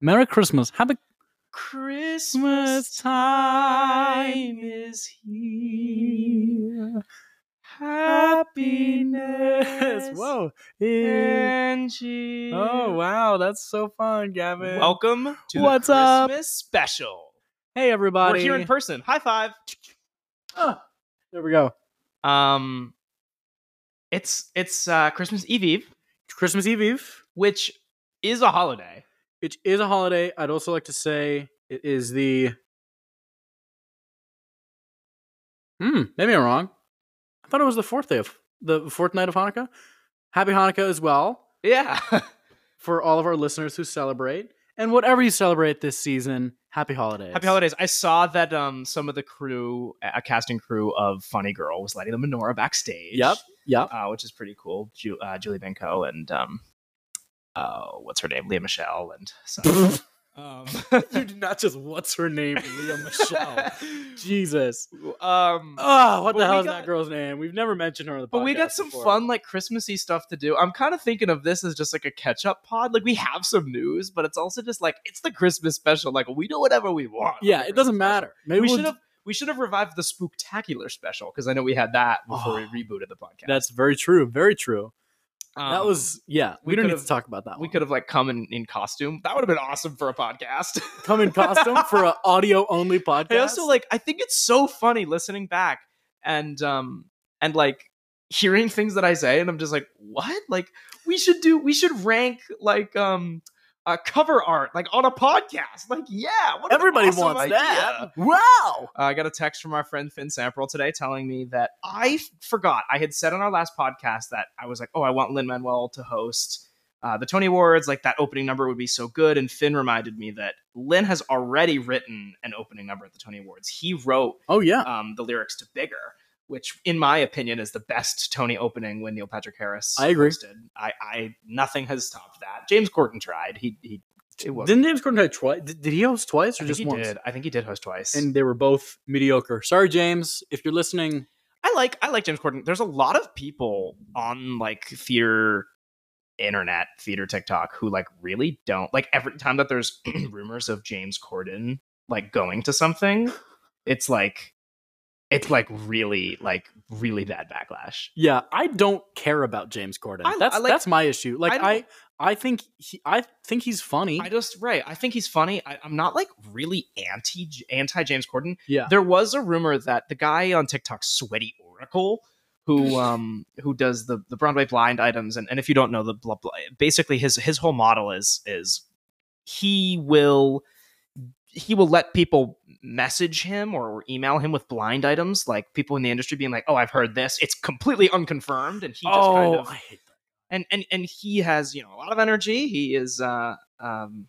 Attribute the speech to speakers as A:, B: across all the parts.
A: Merry Christmas. Have a
B: Christmas time is here. Happiness.
A: Whoa.
B: And cheer.
A: Oh, wow. That's so fun, Gavin.
B: Welcome to
A: What's
B: the
A: up?
B: Christmas special.
A: Hey, everybody.
B: We're here in person. High five.
A: Ah, there we go.
B: Um, it's it's uh, Christmas Eve Eve,
A: Christmas Eve Eve,
B: which is a holiday.
A: which is a holiday. I'd also like to say it is the. Hmm, maybe I'm wrong. I thought it was the fourth day of the fourth night of Hanukkah. Happy Hanukkah as well.
B: Yeah.
A: for all of our listeners who celebrate. And whatever you celebrate this season, happy holidays.
B: Happy holidays. I saw that um some of the crew, a casting crew of Funny Girl, was lighting the menorah backstage.
A: Yep. Yep.
B: uh, which is pretty cool. Ju- uh, Julie Benko and um, uh, what's her name, Leah Michelle, and so, um,
A: you did not just what's her name, Leah Michelle. Jesus.
B: um,
A: Oh, what
B: But
A: the hell
B: we
A: is that
B: got-
A: girl's name? We've never mentioned her on the Oh, podcast.
B: but we got some
A: before.
B: fun, like Christmassy stuff to do. I'm kind of thinking of this as just like a catch-up pod. Like we have some news, but it's also just like it's the Christmas special. Like we do whatever we want. on the
A: Yeah, it doesn't
B: Christmas
A: matter. Maybe we'll
B: special. We should
A: d-
B: have we should have revived the spooktacular special because I know we had that before
A: Oh.
B: we rebooted the podcast.
A: That's very true. Very true.
B: Um,
A: that was yeah. We,
B: we
A: don't need
B: could've-
A: to talk about that.
B: we
A: one.
B: could have like come in, in costume. That would have been awesome for a podcast.
A: come in costume for an audio only podcast.
B: I also like I think it's so funny listening back and um and like hearing things that I say and I'm just like what like we should do we should rank like um uh, cover art like on a podcast like yeah what an
A: everybody
B: awesome
A: wants
B: idea.
A: that. Wow.
B: Uh, I got a text from our friend Finn Samperl today telling me that I f- forgot. I had said on our last podcast that I was like, oh, I want Lin Manuel to host uh, the Tony Awards. Like that opening number would be so good. And Finn reminded me that Lin has already written an opening number at the Tony Awards. He wrote
A: Oh yeah.
B: um, the lyrics to Bigger. Which, in my opinion, is the best Tony opening when Neil Patrick Harris.
A: I agree.
B: hosted. I, I nothing has topped that. James Corden tried. He he. It was,
A: Didn't James Corden try twice? Did, did he host twice or
B: I think
A: just
B: he
A: once?
B: did. I think he did host twice.
A: and they were both mediocre. Sorry, James, if you're listening.
B: I like I like James Corden. There's a lot of people on like theater internet, theater TikTok who like really don't like every time that there's rumors of James Corden like going to something, it's like it's like really like really bad backlash.
A: Yeah, I don't care about James Corden.
B: I-
A: that's
B: I like-
A: that's my issue. Like I,
B: I
A: I,
B: don't-
A: think he, I think he's funny.
B: I just right. I think he's funny. I, I'm not like really anti anti James Corden.
A: Yeah.
B: There was a rumor that the guy on TikTok, Sweaty Oracle, who um who does the the Broadway blind items, and, and if you don't know the blah blah, basically his his whole model is is he will he will let people message him or, or email him with blind items, like people in the industry being like, "Oh, I've heard this. It's completely unconfirmed," and he just
A: oh,
B: kind of
A: I hate that.
B: and and and he has you know a lot of energy. He is uh um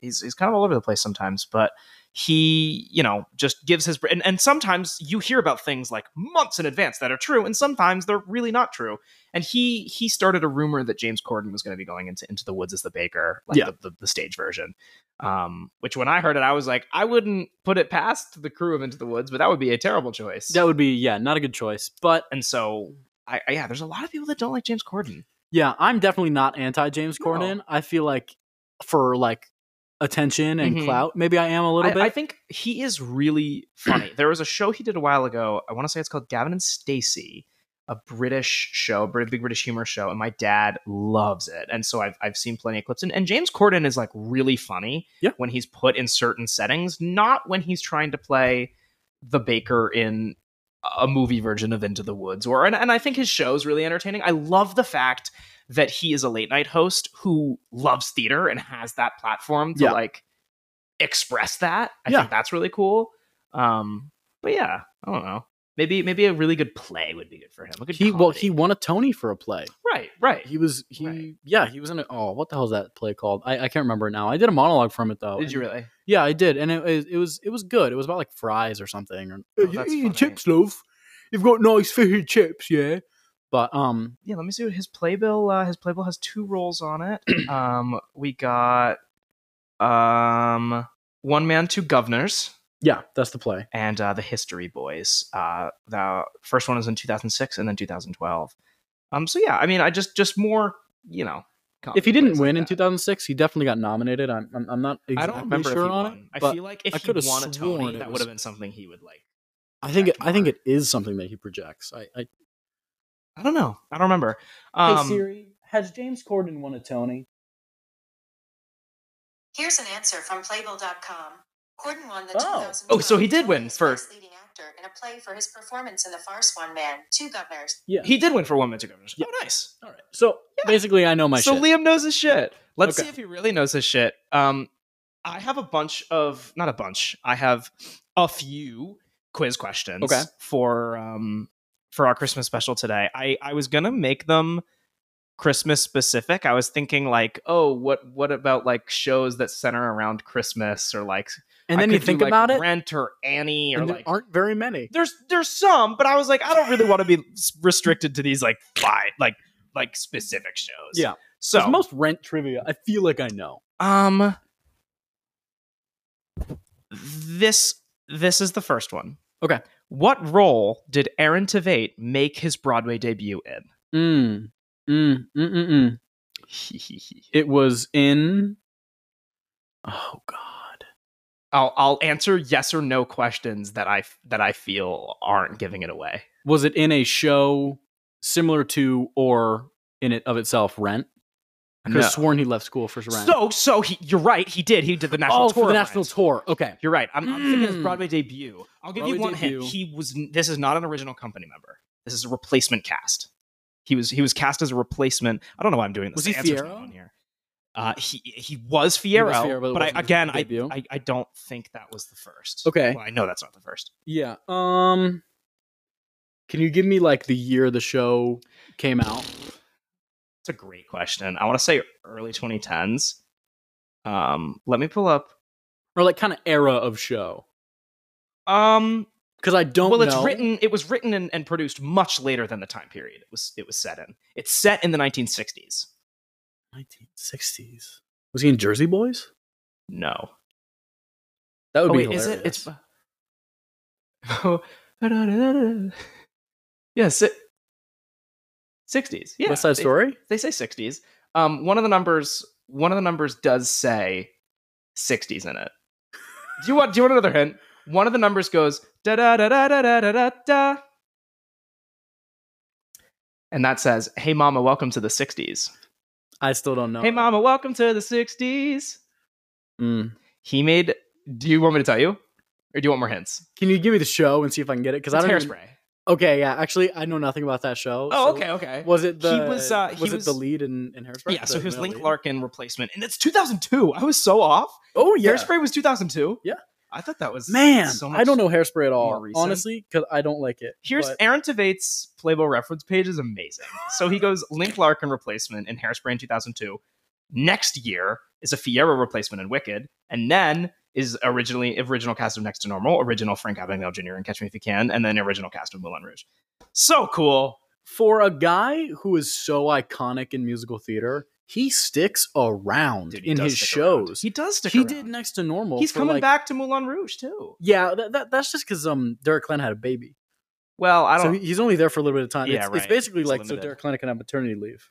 B: he's he's kind of all over the place sometimes, but he you know just gives his and and sometimes you hear about things like months in advance that are true, and sometimes they're really not true. And he he started a rumor that James Corden was going to be going into Into the Woods as the baker, like
A: Yeah.
B: the, the the stage version. Um, which when I heard it, I was like, I wouldn't put it past the crew of Into the Woods, but that would be a terrible choice.
A: That would be yeah, not a good choice. But
B: and so. I, I, yeah, there's a lot of people that don't like James Corden.
A: yeah, I'm definitely not anti James
B: No.
A: Corden. I feel like for like attention and
B: Mhm.
A: clout, maybe I am a little
B: I,
A: bit.
B: I think he is really funny. there was a show he did a while ago. I want to say it's called Gavin and Stacey, a British show, Brit- big British humor show, and my dad loves it. And so I've I've seen plenty of clips. And, and James Corden is like really funny
A: Yeah.
B: when he's put in certain settings, not when he's trying to play the baker in a movie version of Into the Woods. Or and, and I think his show is really entertaining. I love the fact that he is a late night host who loves theater and has that platform to
A: Yeah.
B: like express that. I
A: Yeah.
B: think that's really cool. Um, but yeah, I don't know. Maybe maybe a really good play would be good for him. A good
A: he well,
B: comedy.
A: he won a Tony for a play.
B: right right.
A: He was he
B: Right.
A: yeah he was in a oh what the hell is that play called? I, I can't remember it now. I did a monologue from it though.
B: Did you
A: and-
B: really?
A: Yeah, I did, and it, it, it was it was good. It was about like fries or something. Or,
B: Oh, that's
A: Uh, "You eating
B: funny.
A: chips, love. You've got nice fish and chips, yeah. But um,
B: Yeah. Let me see what his playbill. Uh, his playbill has two roles on it. um, we got um one man, two governors.
A: yeah, that's the play.
B: and uh, the History Boys. Uh, the first one was in 2006, and then 2012. Um, so yeah, I mean, I just just more you know
A: if he
B: comedy
A: didn't
B: plays like
A: win in
B: that.
A: 2006, he definitely got nominated. I'm I'm, I'm not
B: I
A: exactly
B: don't remember
A: sure
B: if he
A: on
B: won.
A: it.
B: I
A: but
B: feel like if
A: I
B: he
A: coulda
B: won a
A: sworn
B: Tony,
A: it
B: that
A: was-
B: would have been something he would like.
A: I think it,
B: project
A: I think
B: more.
A: it is something that he projects. I, I
B: I don't know. I don't remember. Um,
A: Siri, has James Corden won a Tony?
C: Here's an answer from Playbill.com. Corden won the
A: Oh.
C: 2005
B: Oh, so he did win
C: Tony as
B: for-
C: Best leading actor in a play for his performance in the farce One Man, Two Governors.
A: Yeah.
B: he did win for Women to Governors.
A: Yeah.
B: Oh, nice.
A: All right. So basically, I know my
B: so
A: shit.
B: Liam knows his shit. Let's
A: Okay.
B: see if he really knows his shit. Um, I have a bunch of not a bunch. I have a few quiz questions.
A: Okay.
B: For um for our Christmas special today, I I was gonna make them Christmas specific. I was thinking like, oh, what what about like shows that center around Christmas or like
A: and
B: I
A: then you
B: could do,
A: think
B: like,
A: about it,
B: Rent or Annie or
A: and there
B: like
A: aren't very many.
B: there's there's some, but I was like, I don't really want to be s- restricted to these like five like like specific shows.
A: Yeah.
B: So
A: 'Cause most rent trivia, I feel like I know.
B: um this this is the first one.
A: Okay.
B: What role did Aaron Tveit make his Broadway debut in?
A: Mm. Mm. Mm. Mm. mm. It was in. Oh God.
B: I'll I'll answer yes or no questions that I f- that I feel aren't giving it away.
A: Was it in a show similar to or in it of itself Rent? I could have
B: No.
A: sworn he left school for Rent.
B: So so he, you're right. He did. He did the national
A: oh,
B: tour.
A: for the
B: of
A: national
B: Rent.
A: tour. Okay.
B: You're right. I'm, I'm thinking his
A: Mm.
B: Broadway debut. I'll give you
A: Broadway
B: one
A: debut.
B: hint. He was. This is not an original company member. This is a replacement cast. He was. He was cast as a replacement. I don't know why I'm doing this.
A: Was
B: The
A: he
B: answer's not
A: Fiero?
B: on here. Uh, he he was Fiero,
A: Fiero, but it
B: but, I,
A: wasn't his
B: again, I,
A: debut.
B: I I don't think that was the first.
A: Okay.
B: Well, I know that's not the first.
A: Yeah. Um. Can you give me like the year the show came out?
B: It's a great question. I want to say early 2010s. Um, let me pull up.
A: or like kind of era of show
B: Um,
A: because I don't.
B: well,
A: know.
B: it's written. It was written and, and produced much later than the time period it was. It was set in. It's set in the 1960s.
A: 1960s. Was he in Jersey Boys?
B: No.
A: That would
B: Oh,
A: be
B: wait, is it?
A: hilarious.
B: It's. yes. It, 60s. Yeah.
A: West Side
B: they-
A: Story.
B: They, say 60s. Um, one of the numbers. One of the numbers does say 60s in it. Do you want? Do you want another hint? One of the numbers goes da da da da da da da da da, and that says, "Hey, mama, welcome to the 60s."
A: I still don't know.
B: Hey, mama, welcome to the 60s.
A: Mm.
B: He made. Do you want me to tell you, or do you want more hints?
A: Can you give me the show and see if I can get it? Because I
B: It's
A: don't.
B: hairspray.
A: Even, okay, yeah. Actually, I know nothing about that show.
B: oh,
A: so
B: okay, okay.
A: Was it the?
B: He was, uh, he
A: was it the
B: was-
A: lead in, in Hairspray?
B: yeah, so
A: The
B: he was
A: male
B: Link
A: lead?
B: Larkin replacement, and it's 2002. I was so off.
A: Oh yeah.
B: Hairspray was 2002.
A: Yeah.
B: I thought that was
A: Man,
B: So much.
A: I don't know Hairspray at
B: more
A: all,
B: recent.
A: honestly, because I don't like it.
B: Here's
A: but-
B: Aaron Tveit's Playboy reference page is amazing. so he goes Link Larkin replacement in Hairspray in 2002. Next year is a Fiero replacement in Wicked, and then is originally original cast of Next to Normal, original Frank Abagnale Jr. and Catch Me If You Can, and then original cast of Moulin Rouge. So cool.
A: for a guy who is so iconic in musical theater, he sticks around
B: Dude, he
A: in
B: does
A: his
B: stick around.
A: shows.
B: He does stick
A: He,
B: around.
A: did next to normal.
B: He's
A: for,
B: coming
A: like-
B: back to Moulin Rouge too.
A: Yeah, that, that, that's just because um Derek Glenn had a baby,
B: Well, I
A: so
B: don't.
A: he- he's only there for a little bit of time.
B: Yeah,
A: it's, it's
B: right.
A: basically
B: It's
A: like so
B: limited.
A: Derek Glenn can have maternity leave.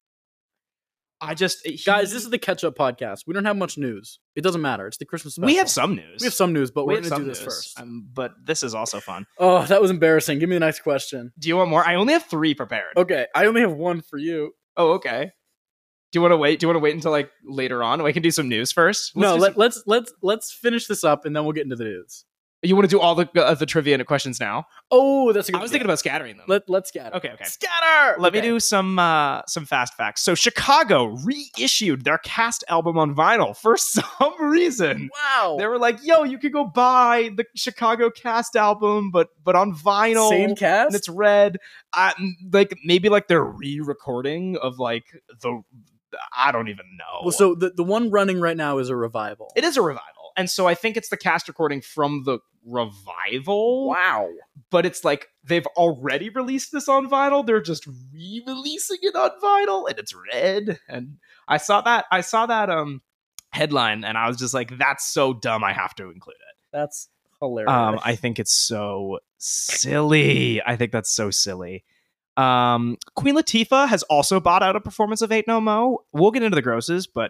B: I just he-
A: Guys, this is the catch up podcast. We don't have much news. It doesn't matter. It's the Christmas special.
B: we have some news.
A: we have some news, but
B: We
A: we're
B: have
A: gonna do this
B: some news.
A: first.
B: Um, but this is also fun.
A: Oh, that was embarrassing. Give me the next question.
B: Do you want more? I only have three prepared.
A: Okay, I only have one for you.
B: Oh, okay. Do you want to wait? Do you want to wait until like later on? I can do some news 1st
A: no, let, let's let's let's finish this up and then we'll get into the news.
B: you want to do all the uh, the trivia and questions now.
A: Oh, that's a good.
B: I was thinking about scattering them.
A: Let, let's get it.
B: okay, okay.
A: Scatter.
B: Let me
A: Okay.
B: do some uh, some fast facts. So Chicago reissued their cast album on vinyl for some reason.
A: Wow.
B: They were like, "Yo, you could go buy the Chicago cast album, but but on vinyl."
A: Same
B: and
A: cast.
B: it's red. I, like maybe like they're re-recording of like the I don't even know.
A: well, so the, the one running right now is a revival.
B: it is a revival, and so I think it's the cast recording from the revival.
A: Wow.
B: But it's like they've already released this on vinyl. They're just re-releasing it on vinyl, and it's red. And I saw that. I saw that um headline, and I was just like, "That's so dumb. I have to include it."
A: That's hilarious.
B: Um, I think it's so silly. I think that's so silly. Um, Queen Latifah has also bought out a performance of Eight No Mo. We'll get into the grosses, but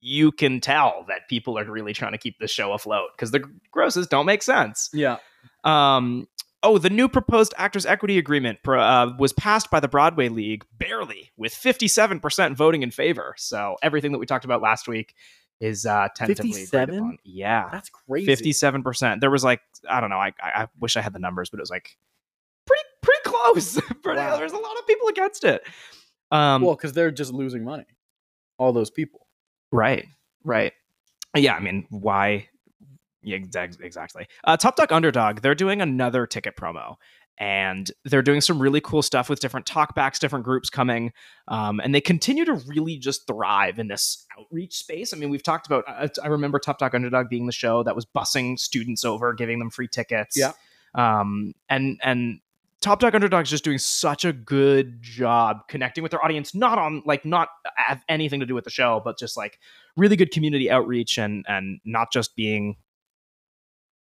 B: you can tell that people are really trying to keep this show afloat because the grosses don't make sense.
A: Yeah.
B: Um, oh, the new proposed Actors Equity Agreement pro- uh, was passed by the Broadway League barely, with 57% voting in favor. So everything that we talked about last week is uh, tentatively. agreed
A: 57?
B: upon. Yeah.
A: That's crazy.
B: 57 percent. There was like I don't know. I, I I wish I had the numbers, but it was like pretty pretty close. pretty,
A: Wow.
B: There's a lot of people against it. Um,
A: well, because they're just losing money. All those people.
B: right, right. Yeah, I mean, why? Yeah, exac- exactly. Uh, Top Dog Underdog. They're doing another ticket promo, and they're doing some really cool stuff with different talkbacks, different groups coming, um, and they continue to really just thrive in this outreach space. I mean, we've talked about. I, I remember Top Dog Underdog being the show that was bussing students over, giving them free tickets.
A: Yeah.
B: Um, and and Top Dog Underdog is just doing such a good job connecting with their audience, not on like not have anything to do with the show, but just like really good community outreach and and not just being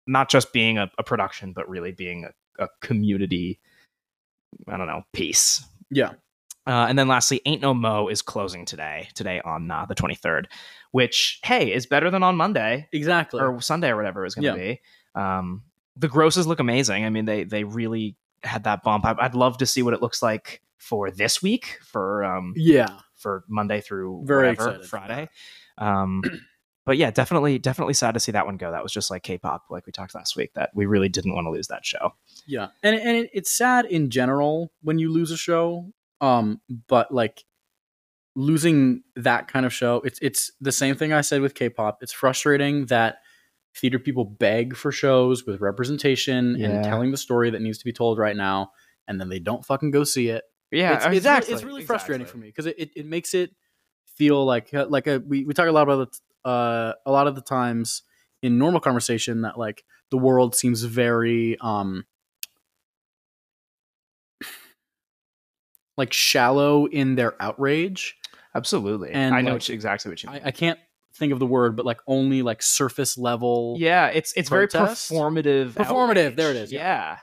B: not just being a, a production, but really being a, a community. I don't know piece.
A: Yeah.
B: Uh, and then lastly, Ain't No Mo is closing today, today on uh, the 23rd, which, hey, is better than on Monday
A: Exactly.
B: or Sunday or whatever it was going to be. Um, the grosses look amazing. I mean, they they really had that bump. I, I'd love to see what it looks like for this week for um,
A: yeah.
B: for Monday through
A: Very
B: whatever,
A: excited for
B: Friday. Um, but yeah, definitely, definitely sad to see that one go. That was just like K-pop, like we talked last week. That we really didn't want to lose that show.
A: Yeah. And and it, it's sad in general when you lose a show. Um, but like losing that kind of show, it's it's the same thing I said with K-pop. It's frustrating that theater people beg for shows with representation
B: Yeah.
A: and telling the story that needs to be told right now, and then they don't fucking go see it.
B: Yeah,
A: it's, it's really- it's really frustrating for me because it, it, it makes it feel like uh, like a, we, we talk a lot about the, uh, a lot of the times in normal conversation that like the world seems very um like shallow in their outrage
B: Absolutely,
A: And,
B: I know
A: like,
B: exactly what you mean.
A: I, I can't think of the word but like only like surface level
B: yeah, it's it's very
A: Protest?
B: performative.
A: Performative,
B: outrage.
A: there it is, yeah.
B: Yeah,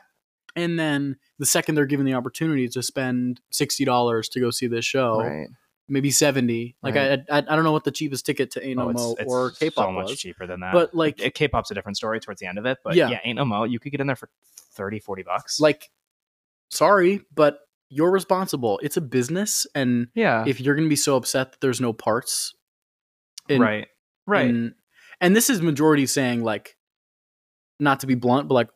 A: and then the second they're given the opportunity to spend $60 to go see this show
B: right.
A: maybe 70 like
B: Right.
A: I, I i don't know what the cheapest ticket to ain't
B: Oh,
A: no
B: it's-
A: mo
B: it's
A: or
B: so
A: k-pop
B: much
A: was
B: cheaper than that.
A: but like
B: It- K-pop's a different story towards the end of it. But yeah,
A: Yeah.
B: ain't no mo. You could get in there for 30, 40 bucks.
A: like sorry but you're responsible it's a business and
B: yeah,
A: if you're gonna be so upset that there's no parts in-
B: right, right.
A: in- and this is majority saying like not to be blunt but like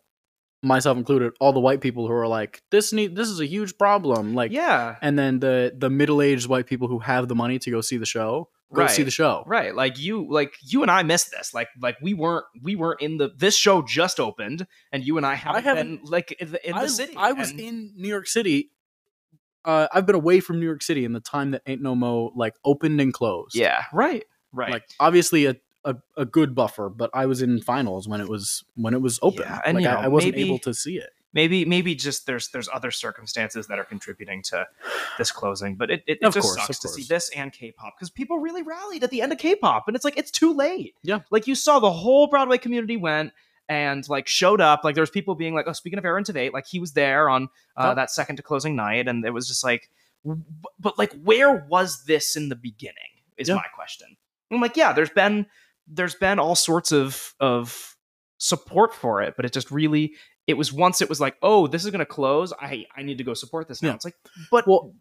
A: myself included all the white people who are like this need this is a huge problem like
B: yeah,
A: and then the the middle-aged white people who have the money to go see the show go see
B: Right.
A: the show
B: right like you like you and i missed this like like we weren't we weren't in the this show just opened and you and i haven't,
A: haven't-
B: been like in the, in
A: I,
B: the city
A: I was
B: and-
A: in New York City. Uh, I've been away from New York City in the time that Ain't No Mo like opened and closed.
B: yeah right right
A: like obviously a, a, a good buffer, but I was in finals when it was when it was open.
B: Yeah, and,
A: like
B: you
A: I,
B: know,
A: I wasn't
B: maybe-
A: able to see it.
B: maybe maybe just there's there's other circumstances that are contributing to this closing but it, it, it
A: Of
B: just
A: course,
B: sucks
A: of
B: to see
A: course.
B: this and k-pop because people really rallied at the end of k-pop and it's like it's too late
A: Yeah.
B: like you saw the whole broadway community went and like showed up like there was people being like oh speaking of aaron tveit like he was there on uh,
A: Yep.
B: that second to closing night and it was just like w- but like where was this in the beginning is
A: Yeah.
B: my question i'm like yeah there's been there's been all sorts of of support for it but it just really it was once it was like oh this is going to close i i need to go support this now
A: Yeah.
B: it's like but
A: Well,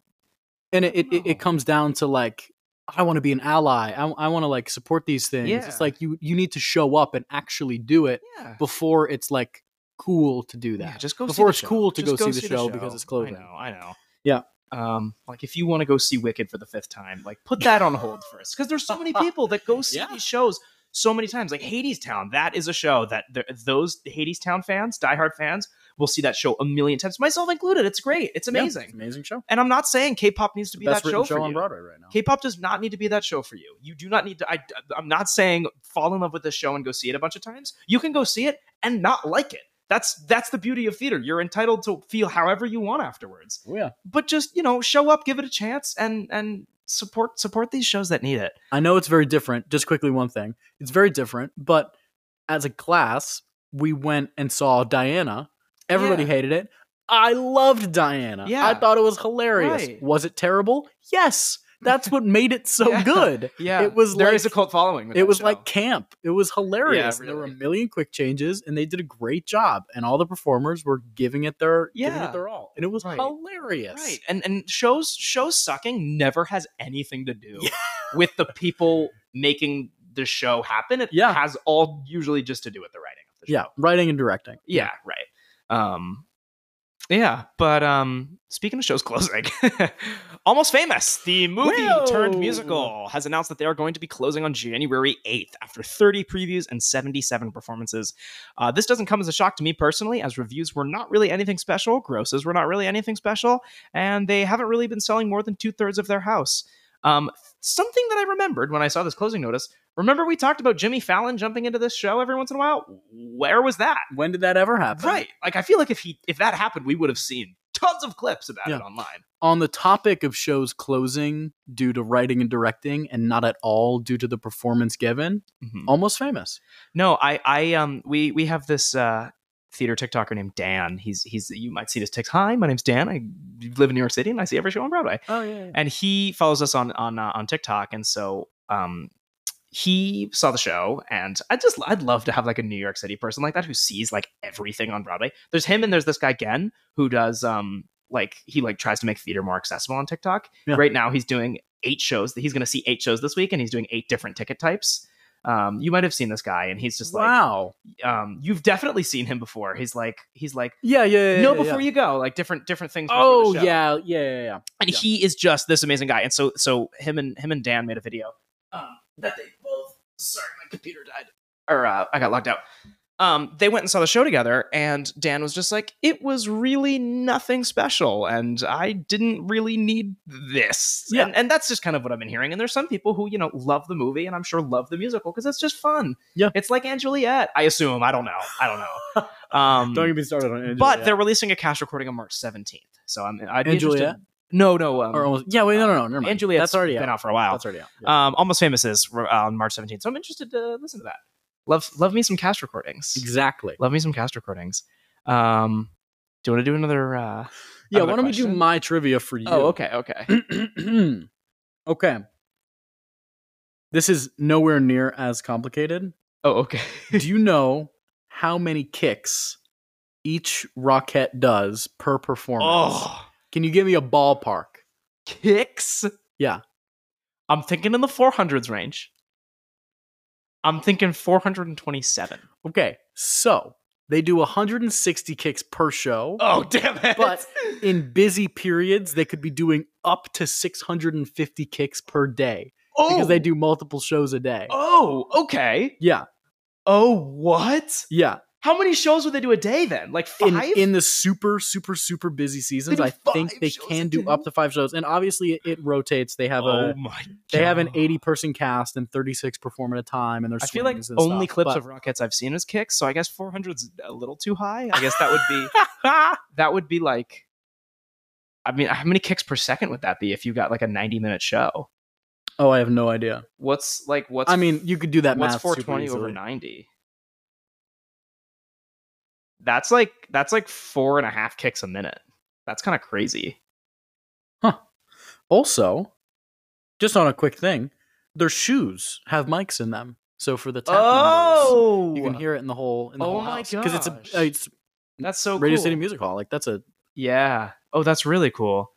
A: and it it, it,
B: No.
A: it comes down to like I want to be an ally. I, I want to like support these things.
B: Yeah.
A: It's like you you need to show up and actually do it
B: yeah
A: before it's like cool to do
B: Yeah,
A: that.
B: just go see
A: Before
B: the
A: it's
B: show.
A: cool to
B: Just
A: go see the show because it's closing.
B: I know, I know.
A: Yeah.
B: Um, like if you want to go see Wicked for the fifth time, like put that on hold first, because there's so many people that go see
A: Yeah.
B: these shows so many times. Like Hades Town, that is a show that th- those Hades Town fans, diehard fans, will see that show a million times, myself included. It's great, it's
A: Yeah,
B: amazing,
A: amazing show.
B: and I'm not saying K-pop needs to be
A: Best
B: that show
A: written
B: for
A: show on
B: you.
A: Broadway right now.
B: K-pop does not need to be that show for you. You do not need to. I, I'm not saying fall in love with this show and go see it a bunch of times. You can go see it and not like it. That's that's the beauty of theater. You're entitled to feel however you want afterwards.
A: Oh, yeah.
B: But just you know, show up, give it a chance, and and support support these shows that need it.
A: I know it's very different. Just quickly, one thing. It's very different, but as a class, we went and saw Diana. Everybody
B: Yeah.
A: hated it. I loved Diana.
B: Yeah.
A: I thought it was hilarious.
B: Right.
A: Was it terrible? Yes. That's what made it so
B: Yeah.
A: good.
B: Yeah,
A: It was
B: there
A: like-
B: is a cult following. with
A: It
B: that
A: was
B: show.
A: like camp. It was hilarious. There were a
B: really.
A: million quick changes, and they did a great job. And all the performers were giving it their giving
B: Yeah.
A: it their all, and it was
B: Right.
A: hilarious.
B: right, and and shows shows sucking never has anything to do with the people making the show happen. It
A: Yeah.
B: has all usually just to do with the writing of the show.
A: Yeah, writing and directing.
B: yeah, right. Um, yeah, but um, speaking of shows closing, Almost Famous, the movie turned
A: Whoa.
B: musical, has announced that they are going to be closing on January 8th after 30 previews and 77 performances. Uh, this doesn't come as a shock to me personally, as reviews were not really anything special, grosses were not really anything special, and they haven't really been selling more than two thirds of their house. Um, something that I remembered when I saw this closing notice. Remember, we talked about Jimmy Fallon jumping into this show every once in a while? Where was that?
A: When did that ever happen?
B: Right. Like I feel like if he if that happened, we would have seen tons of clips about
A: Yeah.
B: it online.
A: On the topic of shows closing due to writing and directing, and not at all due to the performance given, almost famous.
B: No, I I um we we have this uh theater TikToker named Dan. He's he's you might see this TikTok. Hi, my name's Dan. I live in New York City and I see every show on Broadway.
A: Oh yeah.
B: And he follows us on on uh, on TikTok and so um he saw the show and I just I'd love to have like a New York City person like that who sees like everything on Broadway. There's him and there's this guy Gen who does um like he like tries to make theater more accessible on TikTok.
A: Yeah.
B: Right now he's doing eight shows that he's going to see eight shows this week and he's doing eight different ticket types. Um, you might have seen this guy and he's just
A: wow.
B: like um, you've definitely seen him before. He's like he's like
A: yeah, yeah, yeah.
B: no
A: yeah,
B: before
A: yeah.
B: you go like different different things. before
A: Oh
B: the show
A: yeah, yeah, yeah, yeah.
B: and
A: Yeah.
B: he is just this amazing guy. And so, so him and him and Dan made a video um, that they both. Sorry, my computer died, or uh, I got locked out. Um, they went and saw the show together, and Dan was just like, "It was really nothing special, and I didn't really need this."
A: Yeah.
B: and, and that's just kind of what I've been hearing. And there's some people who you know love the movie, and I'm sure love the musical because it's just fun.
A: Yeah.
B: it's like Anne Juliet. I assume. I don't know. I don't know. Um,
A: Don't get me started on Angela.
B: but
A: yeah.
B: they're releasing a cast recording on March 17th. So I'm. I'd be
A: And Juliet?
B: interested- No, no. Um,
A: or almost, yeah, wait, no, no, no, never mind.
B: and Juliet's
A: that's already
B: been
A: out.
B: out for a while.
A: That's already out. Yeah.
B: Um, Almost Famous is uh, on March 17th, so I'm interested to listen to that. Love, love me some cast recordings.
A: exactly.
B: Love me some cast recordings. Um, do you want to do another? Uh...
A: Yeah,
B: Another
A: why don't we do
B: question?
A: my trivia for you?
B: Oh, okay, okay.
A: okay. okay. This is nowhere near as complicated.
B: Oh, okay.
A: do you know how many kicks each Rockette does per performance?
B: oh,
A: Can you give me a ballpark?
B: kicks.
A: Yeah.
B: I'm thinking in the 400s range. I'm thinking 427.
A: Okay, so they do 160 kicks per show.
B: Oh, damn it!
A: But- In busy periods, they could be doing up to 650 kicks per day
B: oh,
A: because they do multiple shows a day.
B: Oh, okay.
A: Yeah,
B: Oh, what?
A: yeah.
B: How many shows would they do a day then? Like
A: in
B: five?
A: in the super super super busy seasons
B: do
A: i think
B: five
A: they
B: shows
A: can
B: a
A: do
B: day?
A: up to five shows and obviously it, it rotates they have
B: oh
A: a
B: my! God.
A: they have an 80 person cast and 36 perform at a time and there's
B: I feel like only clips of Rockets I've seen is kicks, so I guess 400's a little too high. I guess that would be that would be like, I mean, how many kicks per second would that be if you got like a ninety minute show?
A: oh i have no idea
B: What's like what's
A: i mean you could do that
B: what's
A: math
B: four
A: super
B: twenty over
A: easily.
B: ninety? That's like that's like four and a half kicks a minute. That's kind of crazy.
A: also just on a quick thing their shoes have mics in them so for the tap numbers, you can hear it in the whole in the
B: Oh
A: whole
B: my
A: because it's
B: gosh.
A: a uh, it's
B: that's so
A: radio
B: cool.
A: city music hall like that's a
B: Yeah. Oh, that's really cool.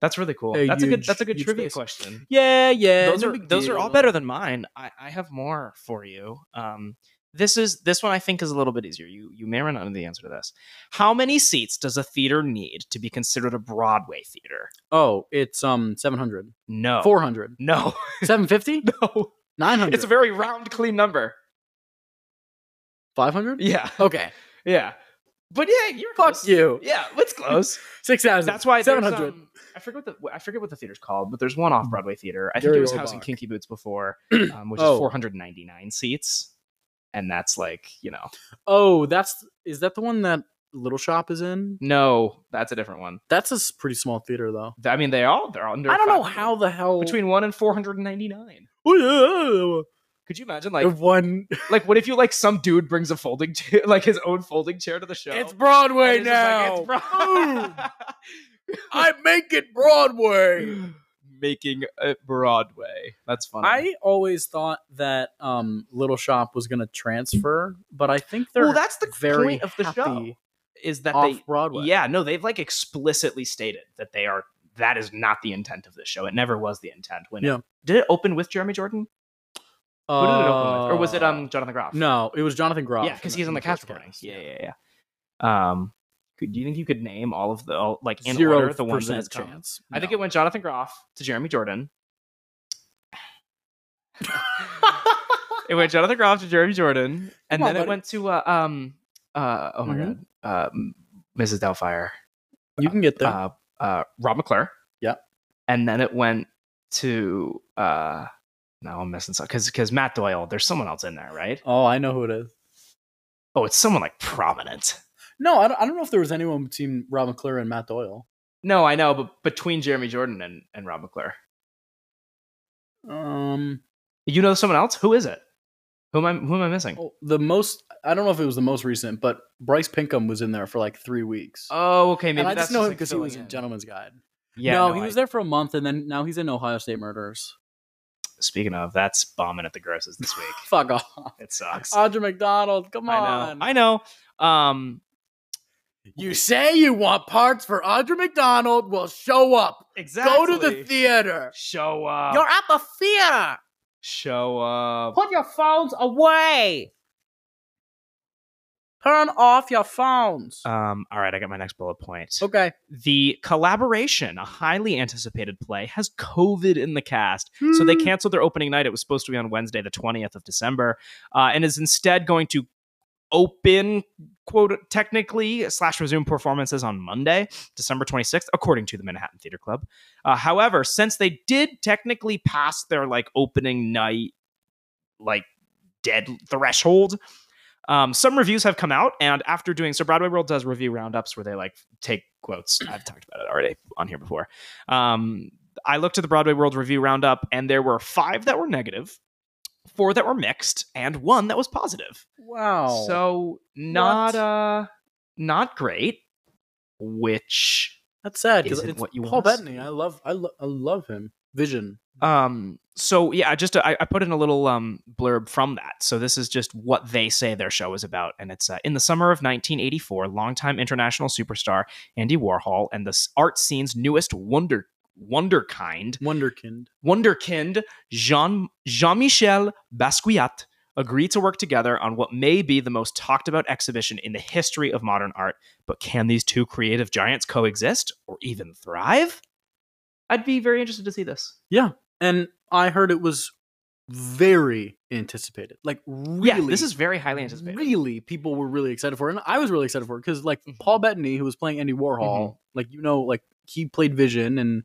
B: That's really cool.
A: A
B: that's a good.
A: huge-
B: That's a good
A: huge
B: trivia
A: space.
B: question.
A: yeah yeah
B: those are those are all better than mine. I, I have more for you. Um, this is this one I think is a little bit easier. You you may or may not know the answer to this. How many seats does a theater need to be considered a Broadway theater?
A: oh it's um 700
B: No.
A: 400
B: No.
A: 750
B: Oh. No.
A: 900
B: It's a very round, clean number.
A: 500
B: Yeah.
A: okay
B: Yeah. But yeah, you're
A: fuck
B: close.
A: you
B: Yeah, it's close.
A: 6000
B: That's why there's,
A: 700.
B: um, I forget what the I forget what the theater's called, but there's one off Broadway theater. I think
A: Hmm. Gary
B: it was housing
A: Oldbach.
B: Kinky Boots before, um, which
A: Oh.
B: is 499 seats, and that's like you know,
A: oh that's is that the one that little shop is in
B: no, that's a different one.
A: that's a s- pretty small theater though
B: Th- I mean, they all they're all under.
A: i don't know
B: 500.
A: how the hell
B: between one and 499.
A: Oh,
B: Could you imagine like
A: one.
B: like what if you like some dude brings a folding chair like his own folding chair to the show?
A: It's
B: And
A: Broadway
B: it's
A: now.
B: just like, it's Bro-
A: I make it Broadway.
B: making it Broadway. That's funny.
A: I always thought that um, Little Shop was going to transfer, but I think they're
B: well, that's the
A: very
B: point of the show
A: happy
B: is that
A: off
B: they
A: Broadway.
B: yeah no they've like explicitly stated that they are that is not the intent of this show. It never was the intent when
A: Yeah.
B: it did it open with Jeremy Jordan. Who did it open with? Or was it um
A: Uh,
B: Jonathan Groff?
A: No, it was Jonathan Groff.
B: yeah, because he's on the cast recording. Yeah,
A: yeah.
B: yeah, yeah. Um, could, do you think you could name all of the all, like in
A: Zero
B: order the ones that has
A: percent
B: come?
A: chance.
B: I think it went Jonathan Groff to Jeremy Jordan. it went Jonathan Groff to Jeremy Jordan, and
A: Come on,
B: then it
A: buddy.
B: went to uh, um uh oh my
A: Mhm.
B: god um Mrs. Doubtfire,
A: you can get there.
B: uh, uh Rob McClure.
A: Yeah.
B: and then it went to uh no I'm missing something because because Matt Doyle. There's someone else in there, right?
A: oh, I know who it is.
B: Oh, it's someone like prominent.
A: No, I don't, I don't know if there was anyone between Rob McClure and Matt Doyle.
B: No, I know, but between Jeremy Jordan and, and Rob McClure.
A: Um,
B: You know someone else? Who is it? Who am I who am I missing?
A: oh, the most I don't know if it was the most recent, but Bryce Pinkham was in there for like three weeks.
B: Oh, okay. Maybe
A: and I
B: that's
A: just know him
B: like,
A: because he
B: filling
A: was in Gentleman's Guide.
B: Yeah,
A: no, he was
B: I-
A: there for a month, and then now he's in Ohio State Murders.
B: Speaking of, that's bombing at the grosses this week.
A: Fuck off,
B: it sucks.
A: Audra McDonald. Come
B: I know.
A: on,
B: I know. Um,
A: you say you want parts for Audra McDonald. Well, show up.
B: exactly.
A: theater.
B: show up.
A: up a theater.
B: show up.
A: Put your phones away. Turn off your phones.
B: Um, all right, I got my next bullet point.
A: okay.
B: The collaboration, a highly anticipated play, has COVID in the cast. So
A: Hmm.
B: they canceled their opening night. It was supposed to be on Wednesday, the 20th of December, uh, and is instead going to open, quote, technically, slash resume performances on Monday, December 26th, according to the Manhattan Theater Club. Uh, however, since they did technically pass their like opening night, like dead threshold, um, some reviews have come out, and after doing so, Broadway World does review roundups where they like take quotes. I've talked about it already on here before. Um, I looked at the Broadway World review roundup, and there were five that were negative, four that were mixed, and one that was positive.
A: Wow.
B: So not uh, not great. Which
A: that's sad because
B: Isn't
A: it's
B: what you
A: Paul
B: want to
A: Bettany.
B: see.
A: I love, I, lo- I love him. Vision.
B: um so yeah just I, I put in a little um blurb from that so this is just what they say their show is about and it's uh, in the summer of 1984 longtime international superstar andy warhol and the s- art scene's newest wonder wonderkind
A: Wonderkind.
B: wonderkind jean jean-michel basquiat agree to work together on what may be the most talked about exhibition in the history of modern art but can these two creative giants coexist or even thrive i'd be very interested to see this
A: And I heard it was very anticipated. Like really.
B: yeah, this is very highly anticipated. Mm-hmm.
A: Really, people were really excited for it, and I was really excited for it because, like, Paul Bettany, who was playing Andy Warhol, like you know, like he played Vision and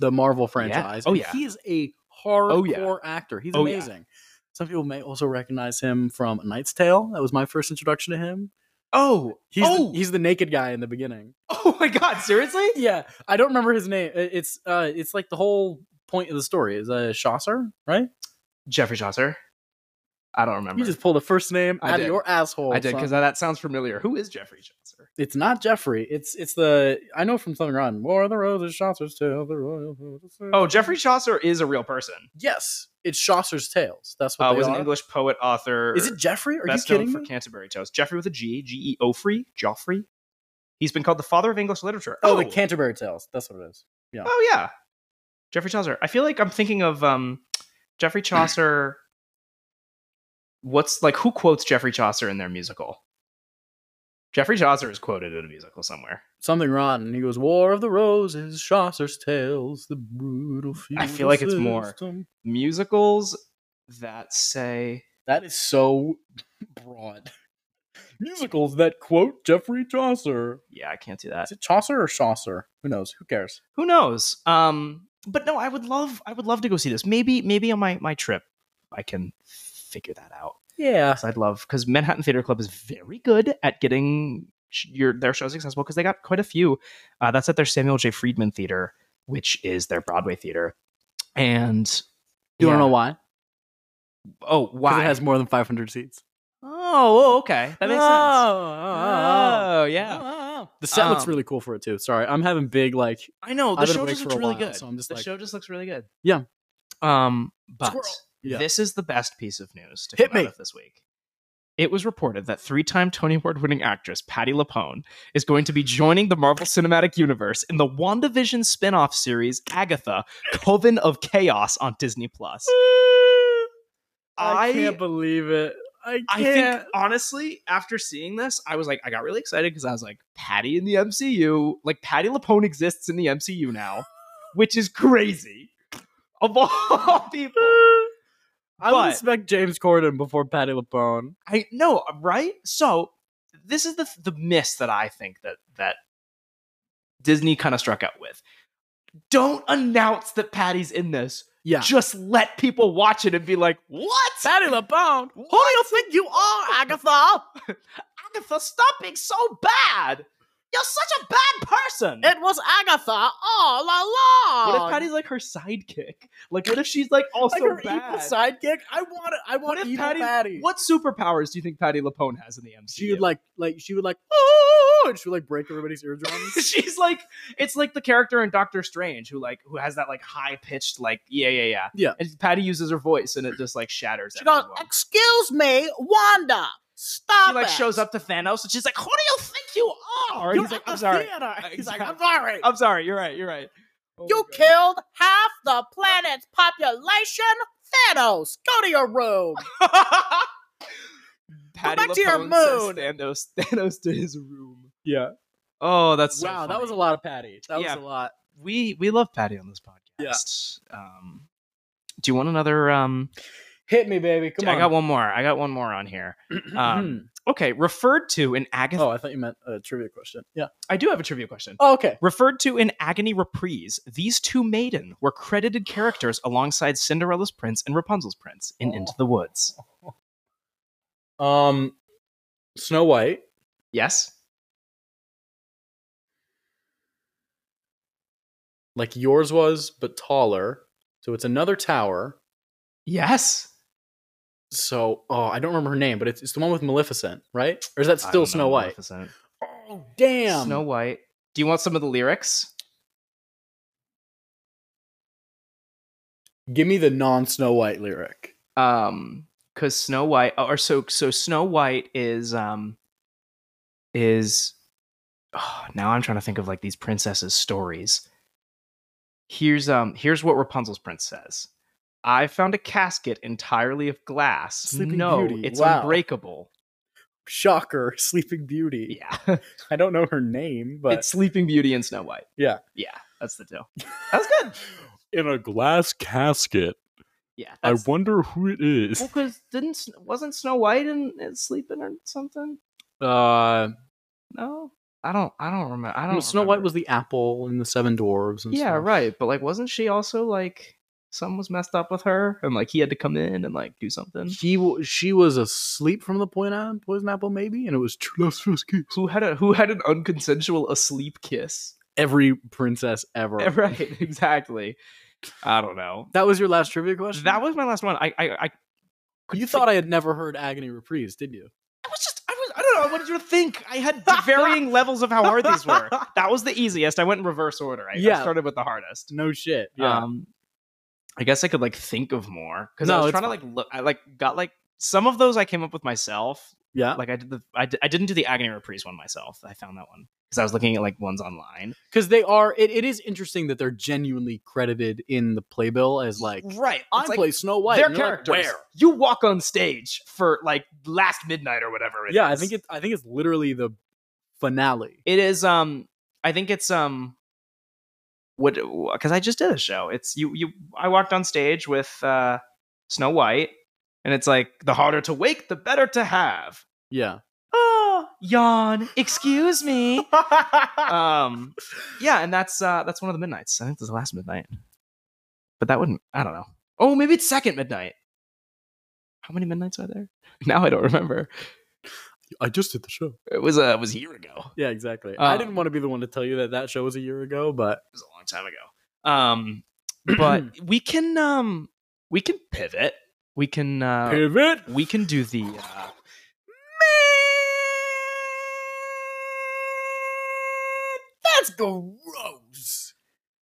A: the Marvel franchise.
B: Oh,
A: and
B: yeah.
A: he is a hardcore
B: Oh, yeah.
A: actor. He's
B: Oh, yeah.
A: amazing. Some people may also recognize him from A Knight's Tale. That was my first introduction to him.
B: Oh,
A: He's
B: oh,
A: the, he's the naked guy in the beginning.
B: oh my God! Seriously?
A: Yeah, I don't remember his name. I- It's uh, it's like the whole point of the story is uh, Chaucer, right?
B: Jeffrey Chaucer? I don't remember.
A: You just pulled the first name
B: I
A: out
B: did.
A: of your asshole.
B: I did
A: son.
B: because that sounds familiar. Who is Jeffrey Chaucer?
A: It's not Jeffrey. It's it's the I know from something on War of the Roses, Chaucer's Tale, the Royal.
B: Oh, Jeffrey Chaucer is a real person.
A: yes, it's Chaucer's Tales. That's what
B: Uh,
A: they
B: was
A: are.
B: an English poet, author.
A: Is it Jeffrey? Are you
B: best
A: kidding
B: known for
A: me?
B: Canterbury Tales? Jeffrey with a G, G E Ofrey, Joffrey. He's been called the father of English literature.
A: Oh, the Canterbury Tales. That's what it is.
B: Oh yeah, Jeffrey Chaucer. I feel like I'm thinking of um, Jeffrey Chaucer. What's like who quotes Jeffrey Chaucer in their musical? Jeffrey Chaucer is quoted in a musical somewhere.
A: Something rotten. He goes, War of the Roses, Chaucer's Tales, the brutal feudal
B: I feel like it's more-
A: system."
B: Musicals that say
A: That is so broad. Musicals that quote Jeffrey Chaucer.
B: yeah, I can't do that.
A: Is it Chaucer or Chaucer? Who knows? Who cares?
B: Who knows? Um, but no, I would love I would love to go see this. Maybe maybe on my my trip I can figure that out.
A: Yeah.
B: 'Cause I'd love because Manhattan Theater Club is very good at getting sh- your their shows accessible because they got quite a few. Uh, that's at their Samuel J. Friedman Theater, which is their Broadway theater, and
A: You
B: yeah,
A: don't know why?
B: Oh,
A: 'Cause
B: why?
A: it has more than 500 seats.
B: oh, oh, okay, that makes sense. Oh, yeah.
A: The set looks
B: Um,
A: really cool for it too. Sorry, I'm having big like
B: I know the
A: I've been
B: show
A: awake
B: just
A: for
B: looks
A: a
B: really
A: while,
B: good.
A: so I'm just
B: the
A: like-
B: show just looks really good.
A: Yeah.
B: Um, but
A: Squirrel. Yeah.
B: this is the best piece of news to
A: Hit
B: come
A: me.
B: out of this week. It was reported that three-time Tony Award-winning actress Patty LaPone is going to be joining the Marvel Cinematic Universe in the WandaVision spin-off series Agatha: Coven of Chaos on Disney Plus.
A: I can't believe it. I
B: I
A: can't.
B: think honestly, after seeing this, I was like, I got really excited because I was like, Patty in the MCU, like Patty Lapone exists in the MCU now, which is crazy. Of all people,
A: I would
B: but-
A: expect James Corden before Patty LaPone.
B: I know, right? So this is the the miss that I think that that Disney kind of struck out with. Don't announce that Patty's in this.
A: Yeah.
B: Just let people watch it and be like, what?
A: Patty LaPone? Who do you think you are, Agatha?
B: Agatha, stop being so bad. You're such a bad person.
A: was Agatha all along.
B: What if Patty's like her sidekick? Like, what if she's like also
A: like her
B: bad?
A: evil sidekick? I want it. I want
B: what if
A: evil
B: Patty,
A: Patty?
B: What superpowers do you think Patty Lapone has in the MCU?
A: She would like, like she would like, oh, and she would like break everybody's eardrums.
B: she's like, it's like the character in Doctor Strange who like who has that like high pitched like yeah yeah yeah
A: Yeah.
B: And Patty uses her voice and it just like shatters.
A: She goes,
B: everyone.
A: "Excuse me, Wanda, stop
B: She like
A: it."
B: shows up to Thanos and she's like, who do you think you are?
A: You're
B: He's like,
A: at
B: I'm
A: the
B: sorry,
A: theater."
B: Uh,
A: He's like, "I'm
B: Exactly.
A: sorry.
B: I'm sorry, you're right, you're right. Oh
A: you
B: my God.
A: killed half the planet's population. Thanos, go to your room.
B: Patty
A: back to your
B: LaPone says Thanos, Thanos to his room.
A: Yeah.
B: Oh, that's so
A: wow, that
B: funny.
A: was a lot of Patty. That
B: Yeah.
A: was a lot.
B: We we love Patty on this podcast. Um, do you want another? Um,
A: Hit me, baby. Come
B: I
A: on.
B: got one more. I got one more on here. um, Okay, referred to in agony.
A: oh, I thought you meant a trivia question. Yeah.
B: I do have a trivia question.
A: Oh, okay.
B: Referred to in agony reprise, these two maiden were credited characters alongside Cinderella's prince and Rapunzel's prince in
A: Oh.
B: Into the Woods.
A: Um, Snow White.
B: Yes.
A: like yours was, but taller. So it's another tower.
B: Yes.
A: So oh, I don't remember her name, but it's, it's the one with Maleficent, right? Or is that still Snow White?
B: White.
A: Oh damn!
B: Snow White. Do you want some of the lyrics?
A: Give me the non Snow White lyric.
B: Um, because Snow White, or so so Snow White is um is oh, now I'm trying to think of like these princesses' stories. Here's um here's what Rapunzel's prince says. I found a casket entirely of glass.
A: Sleeping
B: no,
A: Beauty,
B: it's
A: wow.
B: unbreakable.
A: Shocker, Sleeping Beauty.
B: Yeah,
A: I don't know her name, but
B: it's Sleeping Beauty and Snow White.
A: Yeah.
B: yeah, that's the deal. That's good.
A: in a glass casket.
B: Yeah, that's,
A: wonder who it is.
B: Well, because didn't Sn- wasn't Snow White in, in sleeping or something?
A: Uh,
B: No, I don't. I don't remember. I don't.
A: Snow White
B: remember.
A: was the apple and the seven dwarves. And
B: yeah,
A: stuff.
B: right. But like, wasn't she also like something was messed up with her, and like he had to come in and like do something?
A: He w- she was asleep from the point on poison apple, maybe, and it was true love's first kiss.
B: Who had a who had an unconsensual asleep kiss?
A: Every princess ever.
B: Right. Exactly. I don't know.
A: That was your last trivia question.
B: That was my last one. I I, I
A: You thought I had never heard agony reprise, did you?
B: I was just I was I don't know. I wanted you to think. I had varying levels of how hard these were. That was the easiest. I went in reverse order. I, I
A: Yeah.
B: started with the hardest.
A: No shit.
B: Um, I guess I could like think of more because
A: No,
B: I was
A: it's
B: trying to like look. I like got like some of those I came up with myself.
A: yeah.
B: Like I did the I, d- I didn't do the agony reprise one myself. I found that one because I was looking at like ones online.
A: Because they are. It, it is interesting that they're genuinely credited in the playbill as like
B: right,
A: I play Snow White.
B: their
A: and you're like,
B: characters. You walk on stage for like last midnight or whatever.
A: Where?
B: it
A: Yeah, I
B: is.
A: think it's. I think it's literally the finale.
B: it is. Um, I think it's um. What? Because I just did a show. It's you. You. I walked on stage with uh, Snow White, and it's like the harder to wake, the better to have.
A: Yeah.
B: oh yawn excuse me um yeah and that's uh that's one of the midnights i think that's the last midnight but that wouldn't i don't know oh maybe it's second midnight how many midnights are there now i don't remember
A: I just did the show.
B: it was uh it was a year ago it
A: Yeah, exactly. I didn't
B: Um,
A: want to be the one to tell you that that show was a year ago, but
B: was a long time ago um but we can um we can pivot we can uh,
A: Pivot.
B: we can do the uh,
A: That's gross.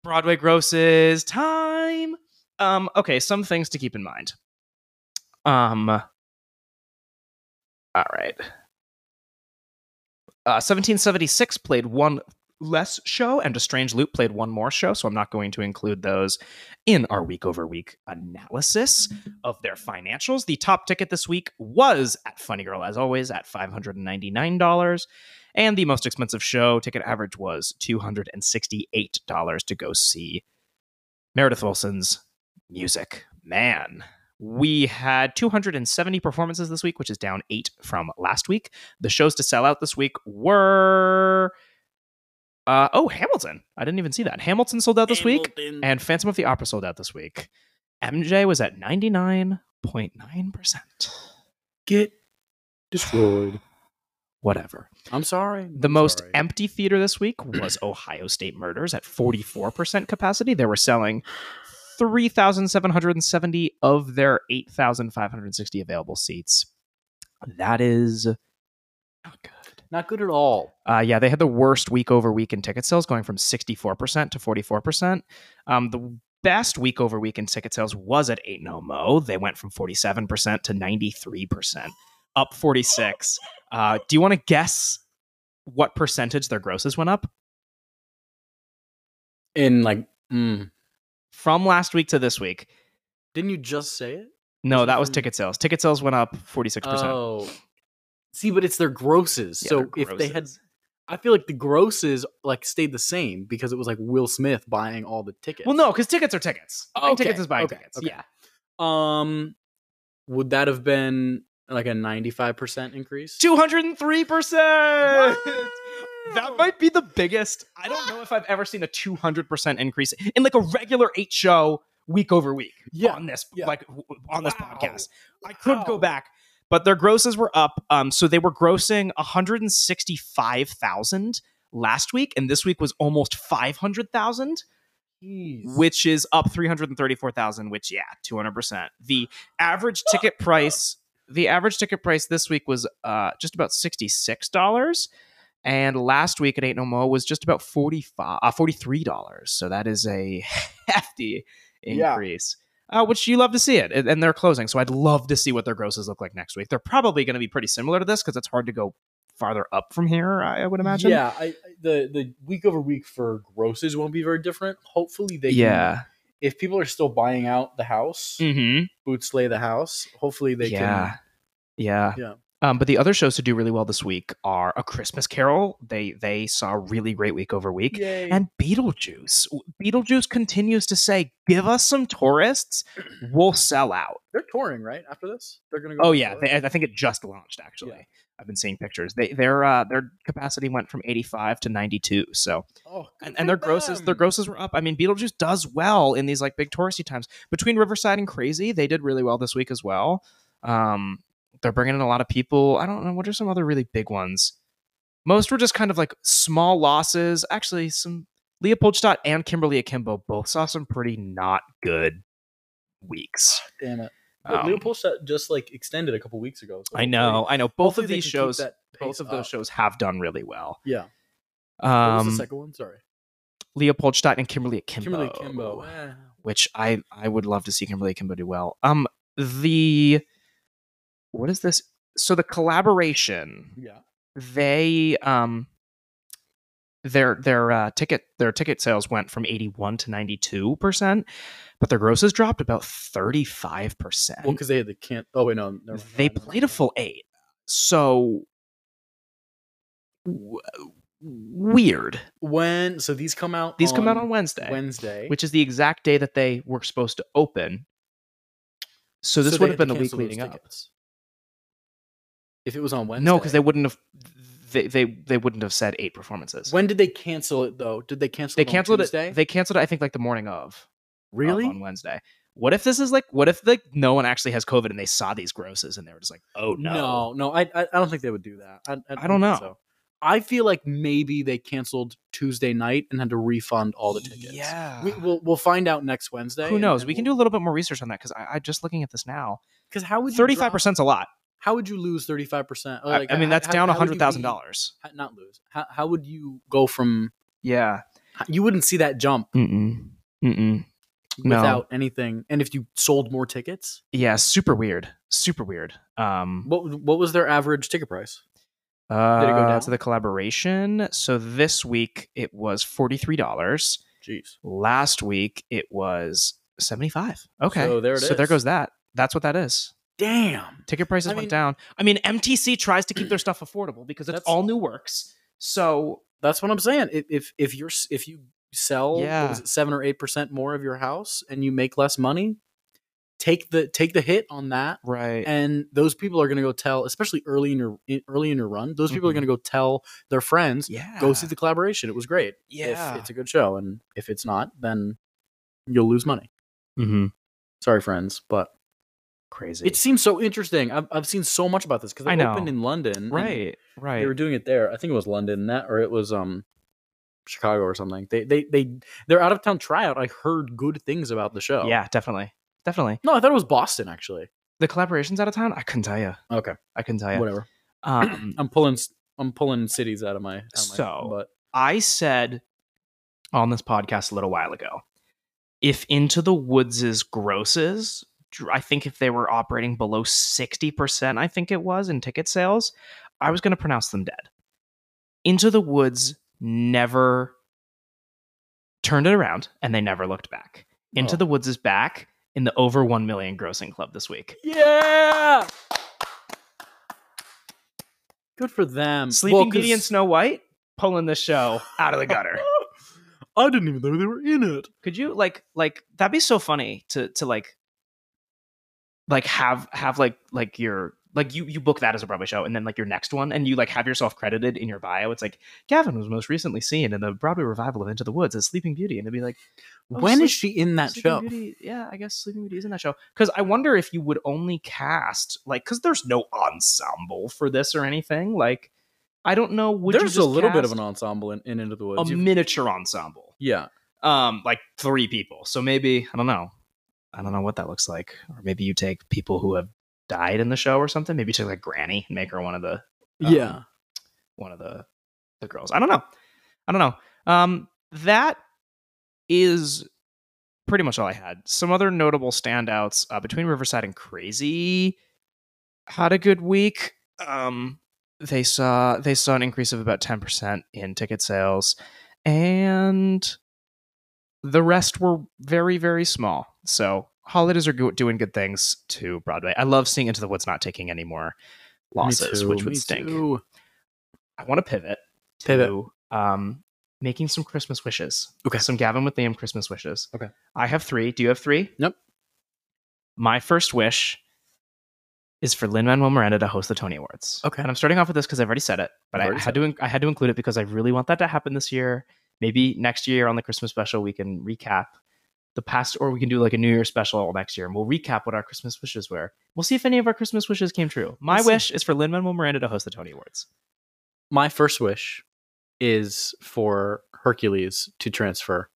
B: Broadway grosses time. Um, okay, some things to keep in mind. Um, all right. Uh, 1776 played one less show, and A Strange Loop played one more show, so I'm not going to include those in our week over week analysis of their financials. The top ticket this week was at Funny Girl, as always, at $599. And the most expensive show ticket average was $268 to go see Meredith Wilson's music. Man, we had 270 performances this week, which is down eight from last week. The shows to sell out this week were. Uh, oh, Hamilton. I didn't even see that. Hamilton sold out this week, and Phantom of the Opera sold out this week. MJ was at 99.9%.
A: get destroyed.
B: Whatever.
A: I'm sorry.
B: The most empty theater this week was Ohio State Murders at 44% capacity. They were selling 3,770 of their 8,560 available seats. That is oh, not good.
A: not good at all.
B: Uh, yeah, they had the worst week over week in ticket sales, going from 64% to 44%. Um, the best week over week in ticket sales was at 8 No Mo. They went from 47% to 93%, up 46. Uh, do you want to guess what percentage their grosses went up?
A: In like, mm,
B: From last week to this week.
A: didn't you just say it?
B: No, that was
A: Mm.
B: ticket sales. Ticket sales went up 46%.
A: Oh, see, but it's their grosses.
B: Yeah,
A: so
B: their
A: if they had,
B: grosses.
A: I feel like the grosses like stayed the same because it was like Will Smith buying all the tickets.
B: Well, no, because tickets are tickets. Buying
A: Okay,
B: tickets is buying
A: okay,
B: tickets.
A: okay.
B: Yeah.
A: Um, would that have been like a 95 percent increase?
B: 203%.
A: Wow.
B: That might be the biggest. I don't know if I've ever seen a 200% increase in like a regular eight show week over week
A: Yeah,
B: on this
A: yeah.
B: like w- on this
A: Wow.
B: podcast. I could go
A: Wow.
B: back, but their grosses were up. Um, so they were grossing 165,000 last week, and this week was almost 500,000 which is up 334,000 which yeah 200% the average ticket price the average ticket price this week was uh, just about $66 and last week at 8 no more was just about 45 uh, $43 so that is a hefty
A: Yeah.
B: increase uh, which you love to see it and and they're closing so i'd love to see what their grosses look like next week they're probably going to be pretty similar to this because it's hard to go farther up from here i, I would imagine
A: Yeah, I, I- the the week over week for grosses won't be very different. Hopefully, they can-
B: yeah
A: if people are still buying out the house,
B: mm-hmm
A: bootslay the house. Hopefully, they
B: yeah. Yeah.
A: Yeah.
B: Um, but the other shows to do really well this week are A Christmas Carol. They they saw really great week over
A: can.
B: week.
A: Yay.
B: And Beetlejuice. Beetlejuice continues to say, "Give us some tourists, we'll sell out."
A: they're touring right after this. They're gonna. go
B: Oh
A: on
B: yeah,
A: tour?
B: they, I think it just launched actually.
A: Yeah.
B: I've been seeing pictures. They their uh, their capacity went from 85 to 92. So
A: oh, good
B: and, and
A: for
B: their grosses their
A: them.
B: grosses were up. I mean, Beetlejuice does well in these like big touristy times. Between Riverside and Crazy, they did really well this week as well. Um, they're bringing in a lot of people. I don't know what are some other really big ones. Most were just kind of like small losses. Actually, some Leopoldstadt and Kimberly Akimbo both saw some pretty not good weeks.
A: Damn it.
B: Um,
A: Leopoldstadt just like extended a couple weeks ago. so
B: I know,
A: hopefully-
B: I know. Both
A: hopefully
B: of
A: they
B: these
A: can keep
B: shows,
A: that
B: both
A: pace
B: of those
A: up.
B: shows have done really well.
A: Yeah. What was
B: Um,
A: the second one? Sorry,
B: Leopoldstadt and Kimberly Akimbo.
A: Kimberly Kimbo. Wow.
B: which I I would love to see Kimberly Kimbo do well. Um, the what is this? So the collaboration,
A: Yeah.
B: they um, their their uh, ticket their ticket sales went from eighty one to ninety two percent, but their grosses dropped about thirty five
A: Well,
B: percent.
A: because they had the can't. Oh wait, no. never mind,
B: They
A: never mind,
B: played
A: never
B: a
A: mind.
B: full eight, so w- weird.
A: When so these come out?
B: These come out on Wednesday.
A: Wednesday.
B: which is the exact day that they were supposed to open. So this
A: they
B: would have
A: had to
B: been the week
A: cancel those
B: leading up.
A: tickets. If it was on Wednesday.
B: No, because they wouldn't have. They, they they wouldn't have said eight performances.
A: When did they cancel it though? Did they cancel?
B: they
A: it on
B: canceled it.
A: Tuesday?
B: They canceled it. I think like the morning of. of on
A: really?
B: Wednesday. What if this is like? What if like no one actually has COVID and they saw these grosses and they were just like, oh no.
A: no, no. I I I don't think they would do that. I,
B: I
A: think
B: don't know.
A: so. I feel like maybe they canceled Tuesday night and had to refund all the tickets.
B: Yeah.
A: We, we'll we'll find out next Wednesday.
B: Who
A: and-
B: knows?
A: and
B: We can do
A: we'll-
B: a little bit more research on that because I, I just looking at this now.
A: Because how would you
B: Thirty five
A: drop-
B: percent's a lot.
A: How would you lose thirty five percent?
B: I- I mean, that's down down hundred thousand dollars.
A: Not lose. How, how would you go from?
B: Yeah.
A: You wouldn't see that jump
B: Mm-mm. Mm-mm. No.
A: without anything. And if you sold more tickets,
B: Yeah. Super weird. Super weird. Um.
A: what what was their average ticket price?
B: Uh,
A: Did it go down?
B: To the collaboration. So this week it was forty three dollars.
A: Jeez.
B: Last week it was seventy five. Okay,
A: So there it
B: So there
A: is.
B: goes that. That's what that is.
A: Damn.
B: Ticket prices
A: I
B: went
A: mean-
B: down. I mean, MTC tries to keep their stuff affordable because it's
A: That's-
B: all new works. So
A: That's what I'm saying. If if, if you're s- if you sell what
B: Yeah.
A: was it, seven or eight percent more of your house and you make less money, take the take the hit on that.
B: right,
A: And those people are going to go tell, especially early in your in- early in your run, those people
B: Mhm.
A: are going to go tell their friends,
B: yeah,
A: go see the collaboration. It was great.
B: yeah.
A: If it's a good show, and if it's not, then you'll lose money.
B: mm-hmm.
A: Sorry, friends, but
B: crazy.
A: it seems so interesting. I've, I've seen so much about this because
B: I
A: it
B: know.
A: opened in London, and
B: right, right.
A: They were doing it there. I think it was London, that or it was um Chicago or something. They they they their out of town tryout. I heard good things about the show.
B: Yeah, definitely, definitely.
A: No, I thought it was Boston actually.
B: The collaborations out of town. I couldn't tell you.
A: Okay,
B: I couldn't tell you.
A: whatever.
B: Um,
A: I'm pulling s- I'm pulling cities out of my. Out of my
B: So-
A: but
B: I said on this podcast a little while ago if Into the Woods' grosses, dr- I think if they were operating below 60%, I think it was in ticket sales, I was going to pronounce them dead. Into the Woods never turned it around and they never looked back. Into
A: Oh.
B: the Woods is back in the over 1 million grossing club this week.
A: yeah, good for them.
B: Sleeping
A: Hmm. Well, 'cause-
B: Beauty and Snow White pulling the show out of the gutter.
A: I didn't even know they were in it.
B: could you like like that'd be so funny to to like like have have like like your like you you book that as a Broadway show and then like your next one and you like have yourself credited in your bio. It's like Gavin was most recently seen in the Broadway revival of Into the Woods as Sleeping Beauty, and it'd be like
A: When
B: oh,
A: is
B: Sleep-
A: she in that
B: Sleeping
A: show?
B: Beauty, yeah, I guess Sleeping Beauty is in that show. Because I wonder if you would only cast like because there's no ensemble for this or anything. Like I don't know. Would you
A: There's a
B: just
A: little bit of an
B: cast
A: ensemble in, in Into the
B: a
A: Woods. You've-
B: miniature ensemble
A: yeah,
B: um like three people so maybe i don't know i don't know what that looks like or maybe you take people who have died in the show or something maybe you take like granny and make her one of the um,
A: yeah.
B: one of the the girls i don't know i don't know um that is pretty much all i had some other notable standouts uh, between riverside and crazy had a good week um they saw they saw an increase of about 10% in ticket sales and the rest were very very small so holidays are go- doing good things to broadway i love seeing into the woods not taking any more
A: Me
B: losses
A: too,
B: which would
A: me
B: stink
A: too.
B: I want to pivot to
A: Pivot.
B: um making some Christmas wishes.
A: Okay.
B: Some Gavin with Liam Christmas wishes.
A: Okay.
B: I have three. Do you have three?
A: Nope.
B: My first wish is for Lin Manuel Miranda to host the Tony Awards.
A: Okay.
B: And I'm starting off with this because I've already said it, but
A: I've
B: I
A: already
B: had
A: said
B: to in- I had to include it because I really want that to happen this year. Maybe next year on the Christmas special we can recap the past, or we can do like a New Year special next year, and we'll recap what our Christmas wishes were. We'll see if any of our Christmas wishes came true. My
A: Let's see.
B: wish is for Lin Manuel Miranda to host the Tony Awards.
A: My first wish is for Hercules to transfer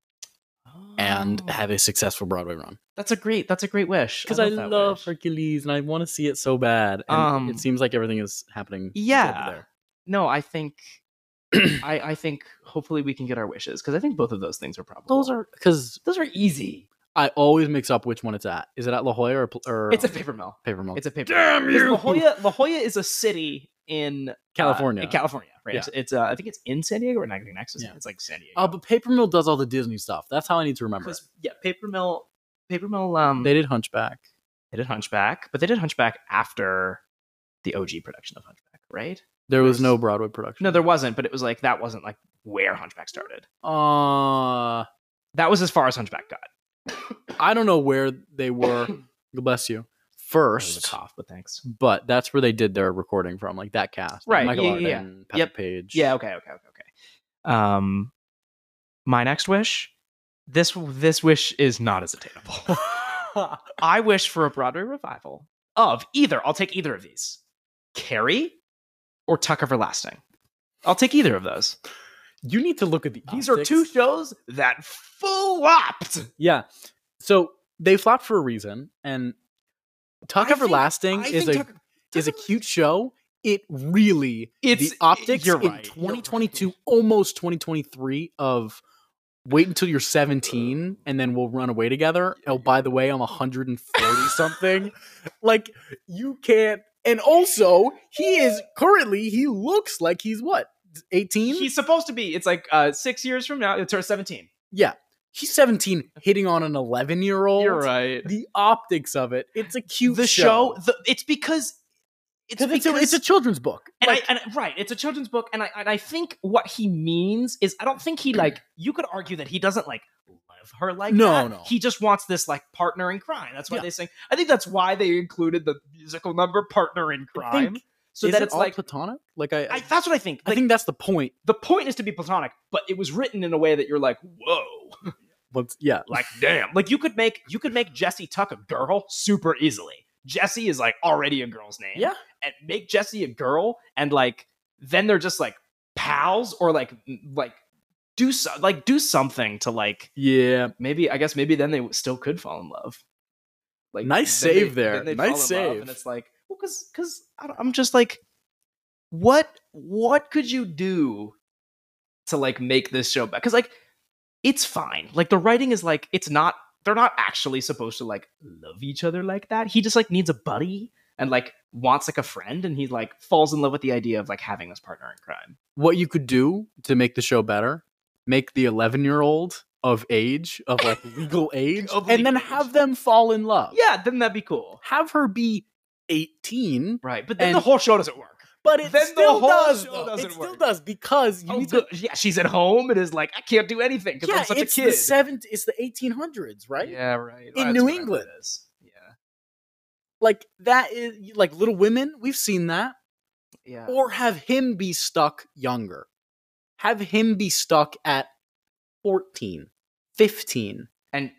A: and
B: Oh.
A: have a successful Broadway run
B: That's a great. That's a great wish.
A: because I
B: that
A: love,
B: wish.
A: Hercules and I want to see it so bad. And
B: Um,
A: it seems like everything is happening. good
B: Yeah.
A: there.
B: No, I think. I I think hopefully we can get our wishes because I think both of those things are probable.
A: those are because
B: those are easy.
A: I always mix up which one it's at. Is it at La Jolla or, pl- or
B: It's a paper mill.
A: paper mill?
B: It's a paper.
A: Damn
B: because
A: you!
B: La Jolla, La Jolla is a city in uh,
A: California.
B: in California, right?
A: Yeah.
B: It's, it's, uh, I think it's in San Diego or not getting next.
A: Yeah.
B: It's like San Diego.
A: Oh, but Paper Mill does all the Disney stuff. That's how I need to remember. it.
B: because yeah, paper mill, paper mill. Um,
A: They did Hunchback.
B: they did Hunchback, but they did Hunchback after the OG production of Hunchback, right?
A: There was
B: There's-
A: no Broadway production.
B: No, there wasn't, but it was like that wasn't like where Hunchback started.
A: Uh,
B: That was as far as Hunchback got.
A: I don't know where they were. God bless you. First,
B: First cough, but thanks.
A: but that's where they did their recording from, like that cast, like
B: Right,
A: Michael
B: yeah, yeah, yeah.
A: Arden, Pat
B: Yep.
A: Page.
B: Yeah. Okay. Okay. Okay. Okay. Um, my next wish. This this wish is not as attainable. I wish for a Broadway revival of either. I'll take either of these, Carrie, or Tuck Everlasting. I'll take either of those.
A: you need to look at the.
B: These are
A: optics.
B: two shows that flopped.
A: Yeah, so they flopped for a reason, and Tuck
B: I think-
A: Everlasting
B: I
A: is a
B: think Tucker-
A: is a
B: Tucker-
A: cute show. It really
B: It's-
A: the optics
B: you're
A: in
B: right, you're
A: 2022,
B: right.
A: almost 2023 of wait until you're 17 and then we'll run away together. Oh, by the way, I'm 140 something. Like you can't. And also, he is currently he looks like he's what 18.
B: He's supposed to be. It's like uh, six years from now. It's or seventeen.
A: yeah, he's 17, hitting on an 11 year old.
B: right.
A: The optics of it. It's a cute
B: The show. The, it's because. It's,
A: 'Cause It's,
B: because
A: a, it's a children's book.
B: and I, and I- right, it's a children's book, and I and I think what he means is I don't think he like you could argue that he doesn't like love her like
A: Mm. No,
B: that.
A: no.
B: he just wants this like partner in crime. That's why
A: Yeah.
B: they sing. I think that's why they included the musical number partner in
A: I
B: crime,
A: think-
B: so
A: is
B: that
A: it
B: it's
A: all
B: like
A: platonic. Like I,
B: I, that's what I think.
A: I
B: Like
A: think that's the point.
B: the point is to be platonic, but it was written in a way that you're like, whoa,
A: But yeah,
B: like damn, like you could make you could make Jesse Tuck a girl super easily. Jesse is like already a girl's name
A: yeah,
B: and make Jesse a girl and like then they're just like pals or like m- like do so, like do something to like
A: yeah.
B: maybe I guess maybe then they still could fall in love. Like
A: Nice
B: then they-
A: save there.
B: then they'd
A: Nice
B: fall in love,
A: save.
B: And it's like well cuz cuz I'm just like what what could you do to like make this show back? Cuz like it's fine. Like the writing is like it's not they're not actually supposed to like love each other like that. He just like needs a buddy and like wants like a friend and he like falls in love with the idea of like having this partner in crime.
A: What you could do to make the show better, make the eleven-year-old of age, of like legal age,
B: Of
A: and then
B: legal age.
A: have them fall in love.
B: Yeah, then that'd be cool.
A: have her be eighteen,
B: Right. But then
A: And-
B: the whole show doesn't work.
A: but it
B: Then the
A: still
B: whole
A: does.
B: show
A: though.
B: doesn't
A: it still
B: work.
A: does because you
B: Oh,
A: need
B: good.
A: to.
B: yeah, she's at home and is like, I can't do anything because
A: Yeah,
B: I'm such
A: it's
B: a kid.
A: the seventh. It's the eighteen hundreds, right?
B: Yeah, right.
A: In
B: That's
A: New
B: whatever
A: England.
B: it is. Yeah.
A: Like that is like Little Women. We've seen that.
B: Yeah.
A: or have him be stuck younger. Have him be stuck at 14, 15.
B: and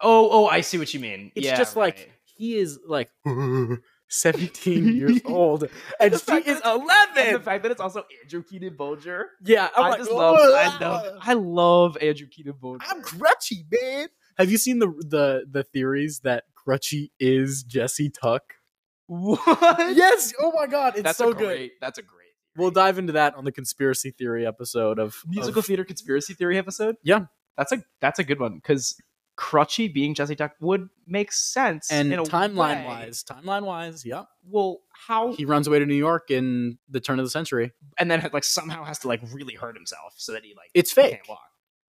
B: oh, oh, I see what you mean.
A: It's
B: Yeah,
A: just like
B: right.
A: he is like 17 years old and
B: The
A: she
B: fact that
A: is
B: it's- and the
A: 11.
B: fact that it's also Andrew Keaton Bolger.
A: Yeah, I'm
B: i
A: like,
B: just love, I
A: "Ugh."
B: love, I love Andrew Keaton Bolger.
A: I'm Crutchy, man. Have you seen the the the theories that Crutchy is Jesse Tuck?
B: What?
A: Yes. Oh my god, it's
B: that's
A: so
B: a great,
A: good.
B: That's a great
A: We'll dive into that on the conspiracy theory episode of
B: musical
A: of-
B: theater conspiracy theory episode.
A: Yeah.
B: that's a that's a good one because Crutchy being Jesse Tuck would make sense
A: and
B: in a
A: timeline
B: way.
A: wise, timeline wise, yeah.
B: Well, how
A: he runs away to New York in the turn of the century.
B: and then like somehow has to like really hurt himself so that he like
A: It's fake.
B: can't walk.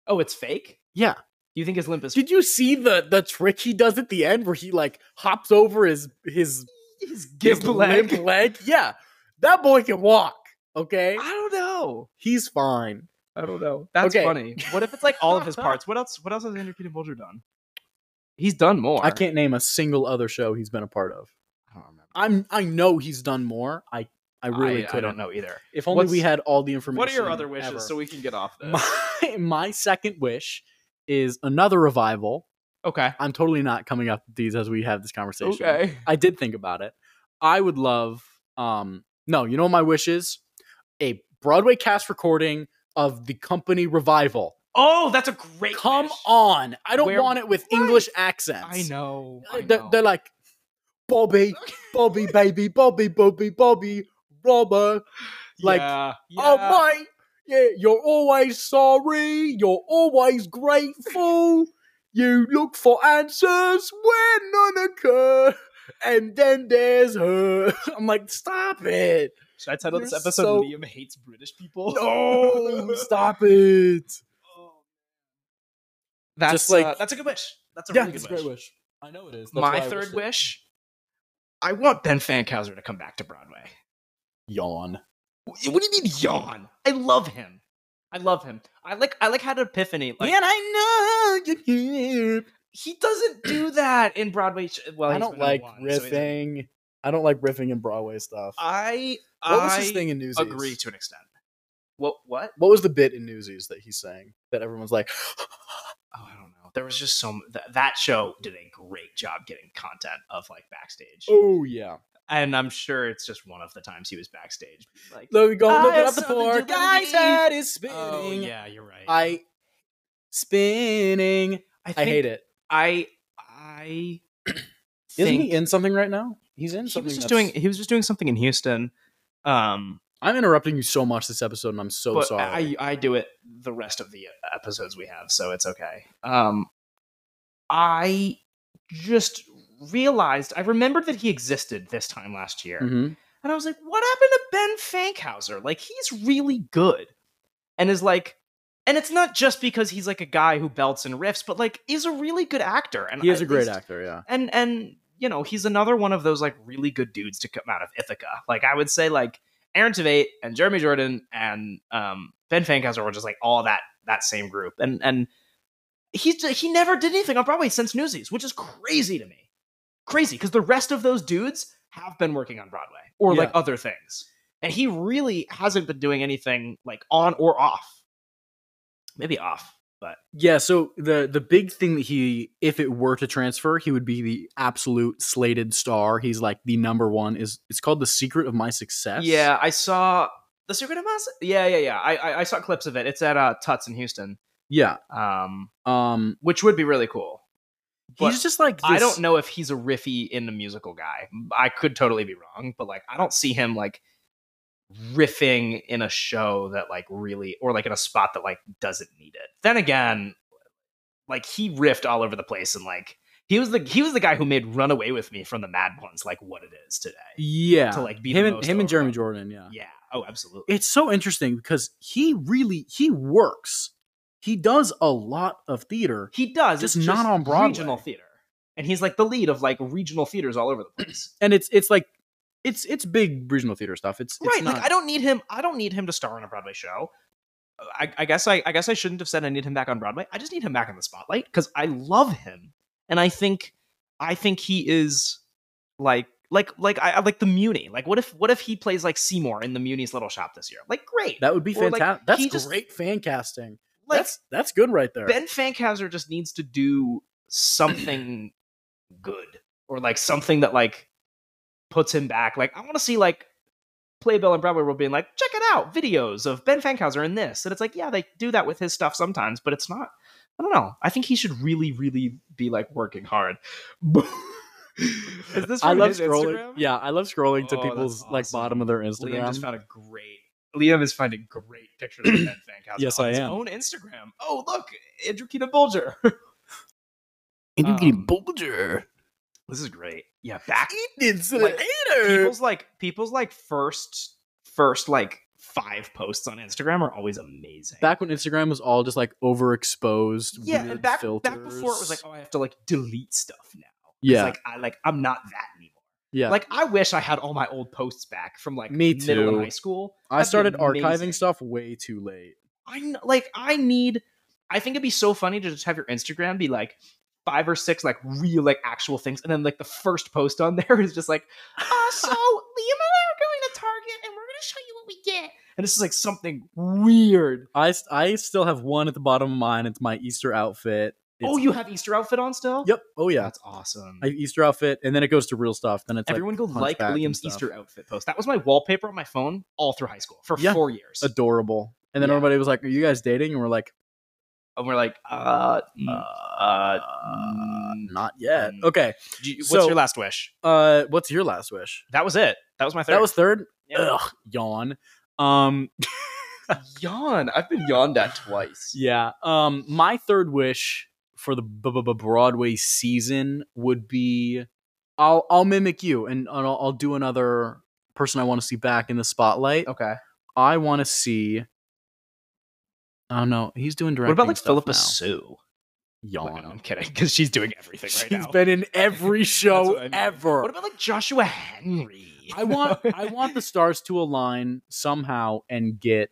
B: Oh, it's fake.
A: Yeah.
B: You think his limp is
A: Did you see the the trick he does at the end where he like hops over his his,
B: his
A: his
B: gimp leg?
A: limp leg? Yeah. That boy can walk. Okay.
B: I don't know.
A: He's fine.
B: I don't know. That's
A: Okay.
B: funny. What if it's like all of his parts? What else? What else has Andrew Peter Bolger done? He's done more.
A: I can't name a single other show he's been a part of.
B: I don't remember.
A: I'm I know he's done more. I I really
B: I, I
A: couldn't.
B: don't know either.
A: If only we
B: What's-
A: had all the information.
B: What are your other wishes
A: ever.
B: so we can get off this?
A: my, my second wish is another revival.
B: okay.
A: I'm totally not coming up with these as we have this conversation. I did think about it. I would love um no, you know what my wish is? A Broadway cast recording of the company revival.
B: Oh, that's a great.
A: Come
B: wish.
A: on. I don't
B: Where-
A: want it with
B: Right.
A: English accents.
B: I know.
A: Uh,
B: I
A: They're,
B: know.
A: they're like Bobby, Bobby baby, Bobby, Bobby, Bobby, Robert. like,
B: Yeah,
A: Oh
B: yeah.
A: my yeah, you're always sorry, you're always grateful. You look for answers when none occur. And then there's her. I'm like, stop it.
B: Should I title this
A: You're
B: episode
A: so-
B: "Liam Hates British People"?
A: No, stop it.
B: That's
A: Oh, Just like-
B: uh, that's a good wish. That's a really good wish.
A: wish. I know it is.
B: My third wish. I want Ben Fankhauser to come back to Broadway.
A: Yawn.
B: What do you mean yawn? I love him. I love him. I like I like had an epiphany. Like
A: and I know you're here.
B: he doesn't do that in Broadway. Sh- well,
A: I
B: he's
A: don't
B: been in
A: like
B: one, so he doesn't-
A: riffing. I don't like riffing and Broadway stuff.
B: I
A: what was
B: I
A: his thing in Newsies?
B: agree to an extent. What what?
A: What was the bit in Newsies that he sang that everyone's like,
B: Oh, I don't know. There was just so m- th- that show did a great job getting content of like backstage,
A: oh yeah.
B: and I'm sure it's just one of the times he was backstage. Like,
A: Let me go
B: I
A: look
B: have
A: up the
B: something
A: poor
B: to
A: guy's
B: believe.
A: head is spinning.
B: oh yeah, you're right.
A: I spinning. I,
B: think
A: hate it.
B: I I
A: Isn't
B: think
A: he in something right now? He's in
B: he
A: something.
B: was just
A: that's-
B: doing he was just doing something in Houston. Um,
A: I'm interrupting you so much this episode, and I'm so
B: but uh,
A: sorry.
B: I I do it the rest of the episodes we have, so it's okay. Um, I just realized I remembered that he existed this time last year.
A: Mhm.
B: And I was like, what happened to Ben Fankhauser? Like, he's really good. And is like, and it's not just because he's like a guy who belts and riffs, but like, is a really good actor. And
A: He is
B: at
A: a great
B: least-
A: actor. Yeah.
B: And, and, you know, he's another one of those like really good dudes to come out of Ithaca. Like, I would say like Aaron Tveit and Jeremy Jordan and um, Ben Fankhauser were just like all that, that same group. And, and he's, he never did anything on Broadway since Newsies, which is crazy to me. Crazy. Cause the rest of those dudes have been working on Broadway or like
A: Yeah.
B: other things. And he really hasn't been doing anything like on or off. Maybe off, but
A: Yeah. So the the big thing that he, if it were to transfer, he would be the absolute slated star. He's like the number one. Is it's called the secret of my success.
B: yeah, I saw The Secret of Us. Yeah, yeah, yeah. I, I I saw clips of it. It's at uh Tuts in Houston.
A: Yeah.
B: Um
A: Um.
B: which would be really cool. But
A: he's just like
B: I
A: this-
B: don't know if he's a riffy in the musical guy. I could totally be wrong, but like I don't see him like riffing in a show that like really or like in a spot that like doesn't need it. Then again, like he riffed all over the place and like he was the he was the guy who made Runaway with Me from the Mad Ones like what it is today.
A: Yeah.
B: To like be
A: him
B: the
A: and
B: most
A: him and Jeremy
B: overall.
A: Jordan. Yeah.
B: Yeah. Oh, absolutely.
A: It's so interesting because he really he works. He does a lot of theater.
B: He does.
A: Just
B: it's
A: not
B: just
A: on Broadway.
B: Regional theater, and he's like the lead of like regional theaters all over the place.
A: and it's it's like it's it's big regional theater stuff. It's, it's
B: right.
A: not,
B: Like I don't need him. I don't need him to star on a Broadway show. I, I guess I, I guess I shouldn't have said I need him back on Broadway. I just need him back in the spotlight because I love him, and I think I think he is like like like I, I like the Muni. Like what if what if he plays like Seymour in the Muni's Little Shop this year? Like great.
A: that would be
B: or, like,
A: fantastic.
B: he
A: that's
B: just-
A: great fan casting.
B: like
A: that's that's good right there.
B: Ben Fankhauser just needs to do something good or like something that like puts him back. Like I want to see like Playbill and Broadway World being like, check it out, videos of Ben Fankhauser in this, and it's like, yeah, they do that with his stuff sometimes, but it's not. I don't know. I think he should really, really be like working hard. Is this
A: I
B: from
A: love
B: his
A: scrolling.
B: Instagram?
A: Yeah, I love scrolling to
B: Oh, that's
A: people's like
B: awesome.
A: bottom of their
B: Liam just
A: Instagram.
B: found a great. Liam is finding great pictures of Ben Fankhauser
A: Yes,
B: on
A: I
B: his
A: am.
B: own Instagram. Oh, look, Andrew Keaton Bulger.
A: Andrew Keaton
B: um,
A: Bulger.
B: This is great. Yeah, back
A: It's
B: like, people's like people's like first first like five posts on Instagram are always amazing.
A: Back when Instagram was all just like overexposed,
B: yeah,
A: weird
B: and back
A: filters.
B: back before it was like oh I have to like delete stuff now. It's
A: yeah,
B: like I like I'm not that anymore.
A: yeah.
B: Like I wish I had all my old posts back from like
A: Me
B: middle
A: too.
B: and high school.
A: I
B: that'd be
A: started
B: amazing.
A: archiving stuff way too late.
B: I kn- like I need I think it'd be so funny to just have your Instagram be like five or six like real like actual things and then like the first post on there is just like uh, so Liam and I are going to Target and we're gonna show you what we get. And this is like something weird.
A: I s- I still have one at the bottom of mine. It's my Easter outfit. It's-
B: oh, you have Easter outfit on still?
A: Yep. Oh yeah.
B: That's awesome.
A: I have Easter outfit, and then it goes to real stuff. Then it's
B: Everyone go like
A: hunchback and
B: Liam's
A: stuff.
B: Easter outfit post. That was my wallpaper on my phone all through high school for
A: Yeah.
B: four years.
A: like adorable. And then
B: Yeah.
A: everybody was like, "Are you guys dating?" And we're like,
B: and we're like, uh,
A: Mm.
B: uh,
A: uh,
B: mm,
A: "Not yet."
B: mm.
A: Okay.
B: do you- what's
A: so-
B: your last wish?
A: Uh, what's your last wish?
B: That was it. That was my third.
A: That was third.
B: Yeah.
A: Ugh, yawn. Um,
B: yawn. I've been yawned at twice.
A: yeah. Um, my third wish for the b- b- b- Broadway season would be, I'll I'll mimic you, and I'll, I'll do another person I want to see back in the spotlight.
B: Okay.
A: I want to see. I don't know. He's doing directing.
B: what about like
A: stuff
B: Philippa
A: now.
B: Sue? Like, I'm
A: Yawn.
B: kidding, because she's doing everything
A: She's
B: right now.
A: been in every show
B: what I mean.
A: ever.
B: What about like Joshua Henry?
A: I want I want the stars to align somehow and get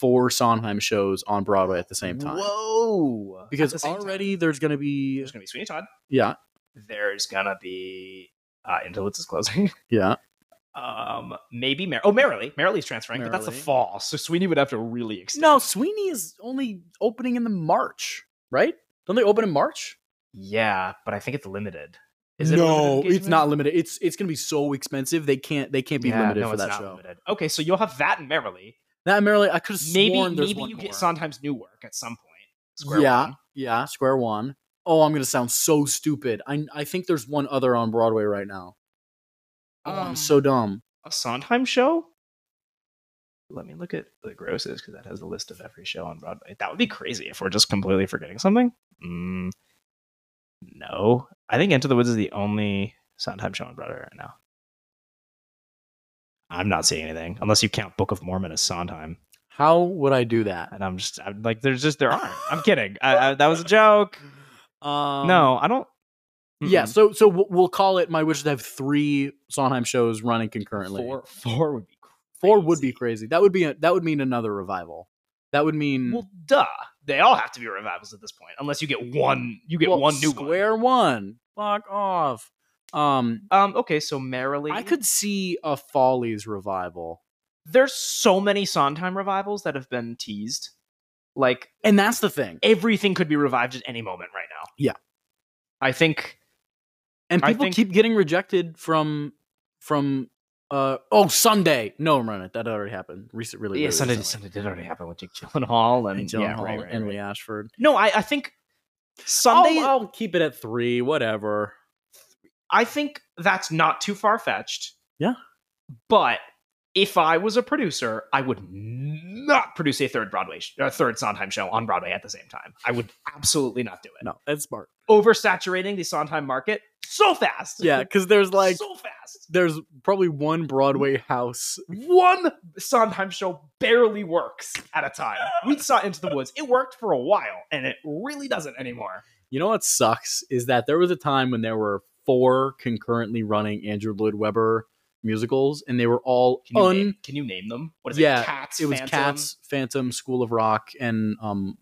A: four Sondheim shows on Broadway at the same time.
B: Whoa! At
A: Because
B: the same time.
A: already there's gonna be
B: there's gonna be Sweeney Todd.
A: yeah
B: There's gonna be uh, until it's closing.
A: yeah
B: Um, maybe Mer- oh Merrily, Merrily's transferring, but that's the
A: Merrily.
B: fall, so Sweeney would have to really extend.
A: no Sweeney is only opening in the March right don't they open in March
B: Yeah, but I think it's limited.
A: no
B: limited
A: it's not
B: engagement?
A: limited it's it's gonna be so expensive they can't they can't be
B: Yeah,
A: limited
B: no,
A: for
B: it's
A: that
B: not
A: show
B: limited. Okay, so you'll have that and Merrily.
A: that Marilyn I could have
B: maybe
A: sworn there's
B: maybe
A: one
B: you
A: more.
B: get Sondheim's new work at some point. Square
A: Yeah.
B: One.
A: yeah Square One. oh, I'm gonna sound so stupid. I I think there's one other on Broadway right now. Oh, I'm
B: Um,
A: so dumb.
B: a Sondheim show? Let me look at the grosses because that has a list of every show on Broadway. That would be crazy if we're just completely forgetting something. Mm, no, I think Into the Woods is the only Sondheim show on Broadway right now. I'm not seeing anything unless you count Book of Mormon as Sondheim,
A: How would I do that?
B: and I'm just I'm, like, there's just there aren't. I'm kidding. I, I, that was a joke.
A: Um,
B: no, I don't.
A: Yeah,
B: Mm-mm.
A: so so we'll we'll call it. My wish is to have three Sondheim shows running concurrently.
B: four four would be
A: Four would be crazy.
B: crazy.
A: That would be a, that would mean another revival. That would mean
B: Well, duh. They all have to be revivals at this point, unless you get one. You get
A: well,
B: one new one.
A: square one. Fuck off. Um,
B: Um. Okay. So merrily,
A: I could see a Follies revival,
B: There's so many Sondheim revivals that have been teased. Like
A: and that's the thing.
B: everything could be revived at any moment right now.
A: Yeah.
B: I think.
A: And
B: I
A: people
B: think-
A: keep getting rejected from from uh oh Sunday. No, run it. That already happened. Recent, really,
B: Yeah,
A: really
B: Sunday,
A: recently.
B: Sunday did already happen with Jake Gyllenhaal and,
A: And Jillian
B: yeah,
A: Hall
B: right, right,
A: and Oh,
B: right.
A: Lee Ashford.
B: No, I, I think Sunday.
A: I'll, I'll keep it at three. Whatever.
B: I think that's not too far fetched.
A: Yeah.
B: But if I was a producer, I would not produce a third Broadway, sh- a third Sondheim show on Broadway at the same time. I would absolutely not do it.
A: No, that's smart.
B: Oversaturating the Sondheim market so fast.
A: Yeah, because there's like
B: so fast.
A: there's probably one Broadway house.
B: One Sondheim show barely works at a time. We saw Into the Woods. It worked for a while, and it really doesn't anymore.
A: You know what sucks is that there was a time when there were four concurrently running Andrew Lloyd Webber musicals, and they were all
B: Can you,
A: un.
B: name, can you name them? What is
A: Yeah,
B: it? Cats.
A: it was
B: Phantom?
A: Cats, Phantom, School of Rock, and um,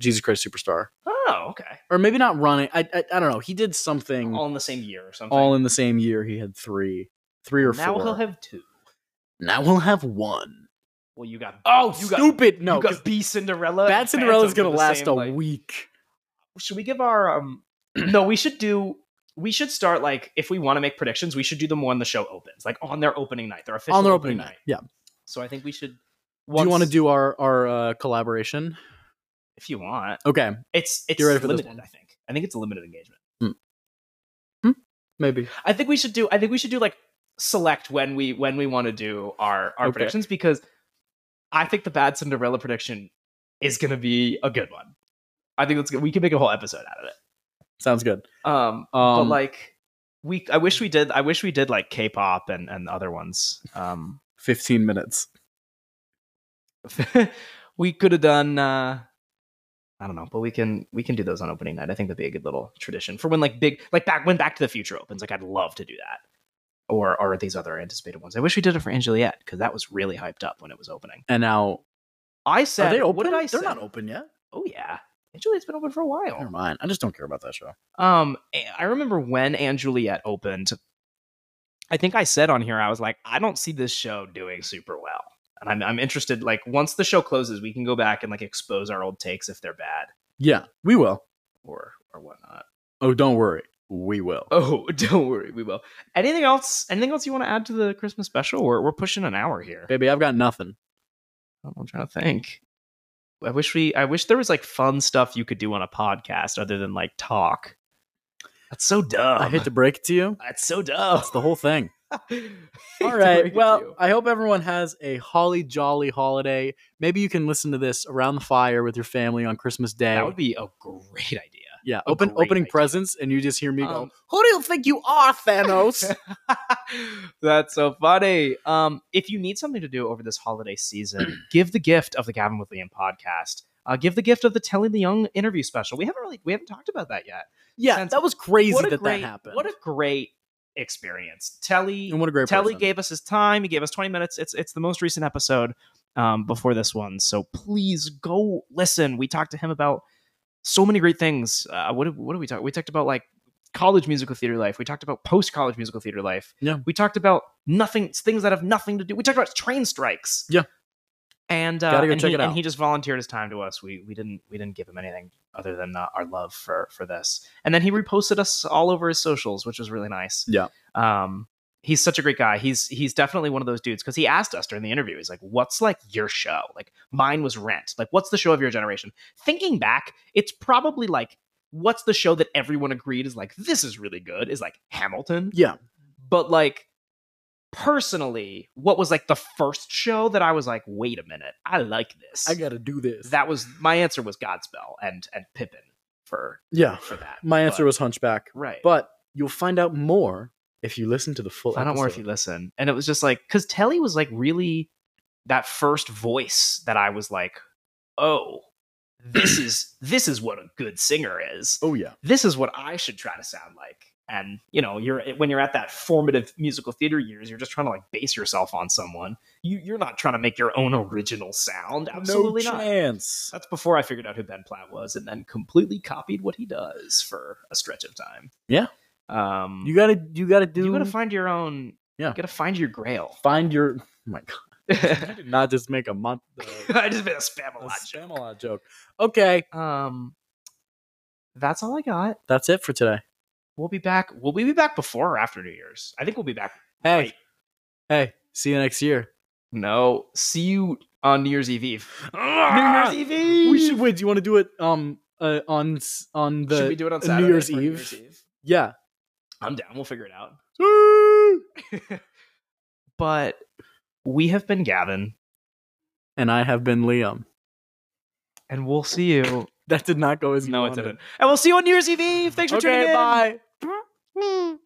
A: Jesus Christ Superstar,
B: Oh, okay.
A: or maybe not running. I I, I don't know. He did something Mm. all,
B: All in the same year or something.
A: in the same year. He had three, three or
B: now
A: four.
B: he'll have two.
A: now we'll have one.
B: Well, you got
A: Oh,
B: you got-
A: stupid! no,
B: you
A: 'cause
B: got B Cinderella.
A: Bad
B: and
A: Cinderella's
B: Phantom
A: gonna
B: were the
A: last
B: same,
A: a
B: like-
A: week.
B: Should we give our um? no, we should do. We should start like if we want to make predictions, we should do them when the show opens, like on their opening night, their official
A: on their opening night. Yeah.
B: So I think we should.
A: Do you want to
B: once-
A: do our our uh, collaboration?
B: if you want?
A: Okay,
B: It's it's
A: You ready for this
B: limited. I think. I think it's a limited engagement.
A: maybe.
B: I think we should do. I think we should do like select when we when we want to do our our
A: Okay.
B: predictions because I think the bad Cinderella prediction is going to be a good one. I think that's good. We can make a whole episode out of it.
A: Sounds good.
B: Um,
A: Um, mm.
B: but like we, I wish we did. I wish we did like K-pop and and other ones. Um,
A: fifteen minutes.
B: we could have done. Uh, I don't know, but we can we can do those on opening night. I think that'd be a good little tradition for when like big like back when Back to the Future opens. Like I'd love to do that. Or or these other anticipated ones. I wish we did it for Angeliette because that was really hyped up when it was opening.
A: And now
B: I said,
A: are they open?
B: what did I
A: They're
B: say?
A: not open yet.
B: Oh yeah, Angelier's been open for a while.
A: Never mind. I just don't care about that show.
B: Um, I remember when Anne Juliet opened. I think I said on here, I was like, I don't see this show doing super well, and I'm I'm interested. Like once the show closes, we can go back and like expose our old takes if they're bad
A: Yeah, we will.
B: or or whatnot.
A: Oh, don't worry. We will.
B: Oh, don't worry, we will. Anything else? Anything else you want to add to the Christmas special? We're we're pushing an hour here.
A: Baby, I've got nothing.
B: I'm trying to think. I wish we I wish there was like fun stuff you could do on a podcast other than like talk. That's so dumb.
A: I hate to break it to you.
B: That's so dumb.
A: It's the whole thing. All
B: All
A: right. Well, I hope everyone has a holly jolly holiday. Maybe you can listen to this around the fire with your family on Christmas Day.
B: that would be a great idea.
A: yeah,
B: a
A: open
B: great
A: opening
B: idea.
A: presents, and you just hear me go,
B: Um,
A: "Who do you think you are, Thanos?"
B: That's so funny. Um, if you need something to do over this holiday season, give the gift of the Gavin with Liam podcast. Uh, give the gift of the Telly Leung interview special. We haven't really we haven't talked about that yet.
A: yeah,
B: Sense-
A: that was crazy
B: What a
A: that
B: great,
A: that happened.
B: What a great experience. Telly
A: and what a great
B: Telly
A: person.
B: gave us his time. He gave us 20 minutes. It's it's the most recent episode um, before this one. So please go listen. We talked to him about so many great things. Uh, what did- what did we talk? We talked about like college musical theater life. We talked about post college musical theater life.
A: Yeah.
B: We talked about nothing things that have nothing to do. We talked about train strikes.
A: Yeah.
B: And uh,
A: Gotta go
B: and,
A: check
B: he,
A: it
B: and
A: out.
B: he just volunteered his time to us. We we didn't we didn't give him anything other than uh, our love for for this. And then he reposted us all over his socials, which was really nice.
A: Yeah.
B: Um, he's such a great guy. He's he's definitely one of those dudes because he asked us during the interview. He's like, "What's like your show? Like mine was Rent. Like what's the show of your generation?" Thinking back, it's probably like what's the show that everyone agreed is like this is really good is like Hamilton.
A: Yeah.
B: But like personally, what was like the first show that I was like, wait a minute, I like this.
A: I gotta do this.
B: that was my answer was Godspell and and Pippin for
A: yeah.
B: for that.
A: My answer
B: But-
A: was Hunchback,
B: right.
A: but you'll find out more if you listen to the full.
B: I don't know if
A: episode.
B: you listen. And it was just like because Telly was like really that first voice that I was like, oh, this is this is what a good singer is.
A: Oh yeah.
B: This is what I should try to sound like. And you know, you're eh, when you're at that formative musical theater years, you're just trying to like base yourself on someone. You you're not trying to make your own original sound. Absolutely
A: no
B: not.
A: chance.
B: That's before I figured out who Ben Platt was, and then completely copied what he does for a stretch of time.
A: Yeah.
B: Um,
A: You gotta. You gotta do.
B: you gotta find your own.
A: Yeah.
B: You gotta find your grail.
A: find your. Oh my God. You
B: I
A: did not just make a month. Uh,
B: just made a spam
A: a
B: a lot.
A: Spamalot joke. Okay,
B: Um, that's all I got.
A: that's it for today.
B: We'll be back. Will we be back before or after New Year's? I think we'll be back.
A: Hey,
B: Right.
A: hey, see you next year.
B: No. See you on New Year's Eve Eve.
A: Ah!
B: New Year's Eve Eve.
A: We should wait. Do you want to do it? Um, uh, on s- on the
B: should we do it on
A: New
B: Saturday
A: Year's
B: for New
A: Eve?
B: Year's Eve?
A: yeah.
B: I'm down. We'll figure it out. but we have been Gavin,
A: And I have been Liam.
B: and we'll see you.
A: That did not go as you
B: no, it
A: wanted.
B: didn't. And we'll see you on New Year's Eve Eve. Thanks for tuning
A: Okay,
B: in.
A: bye.
B: Mm.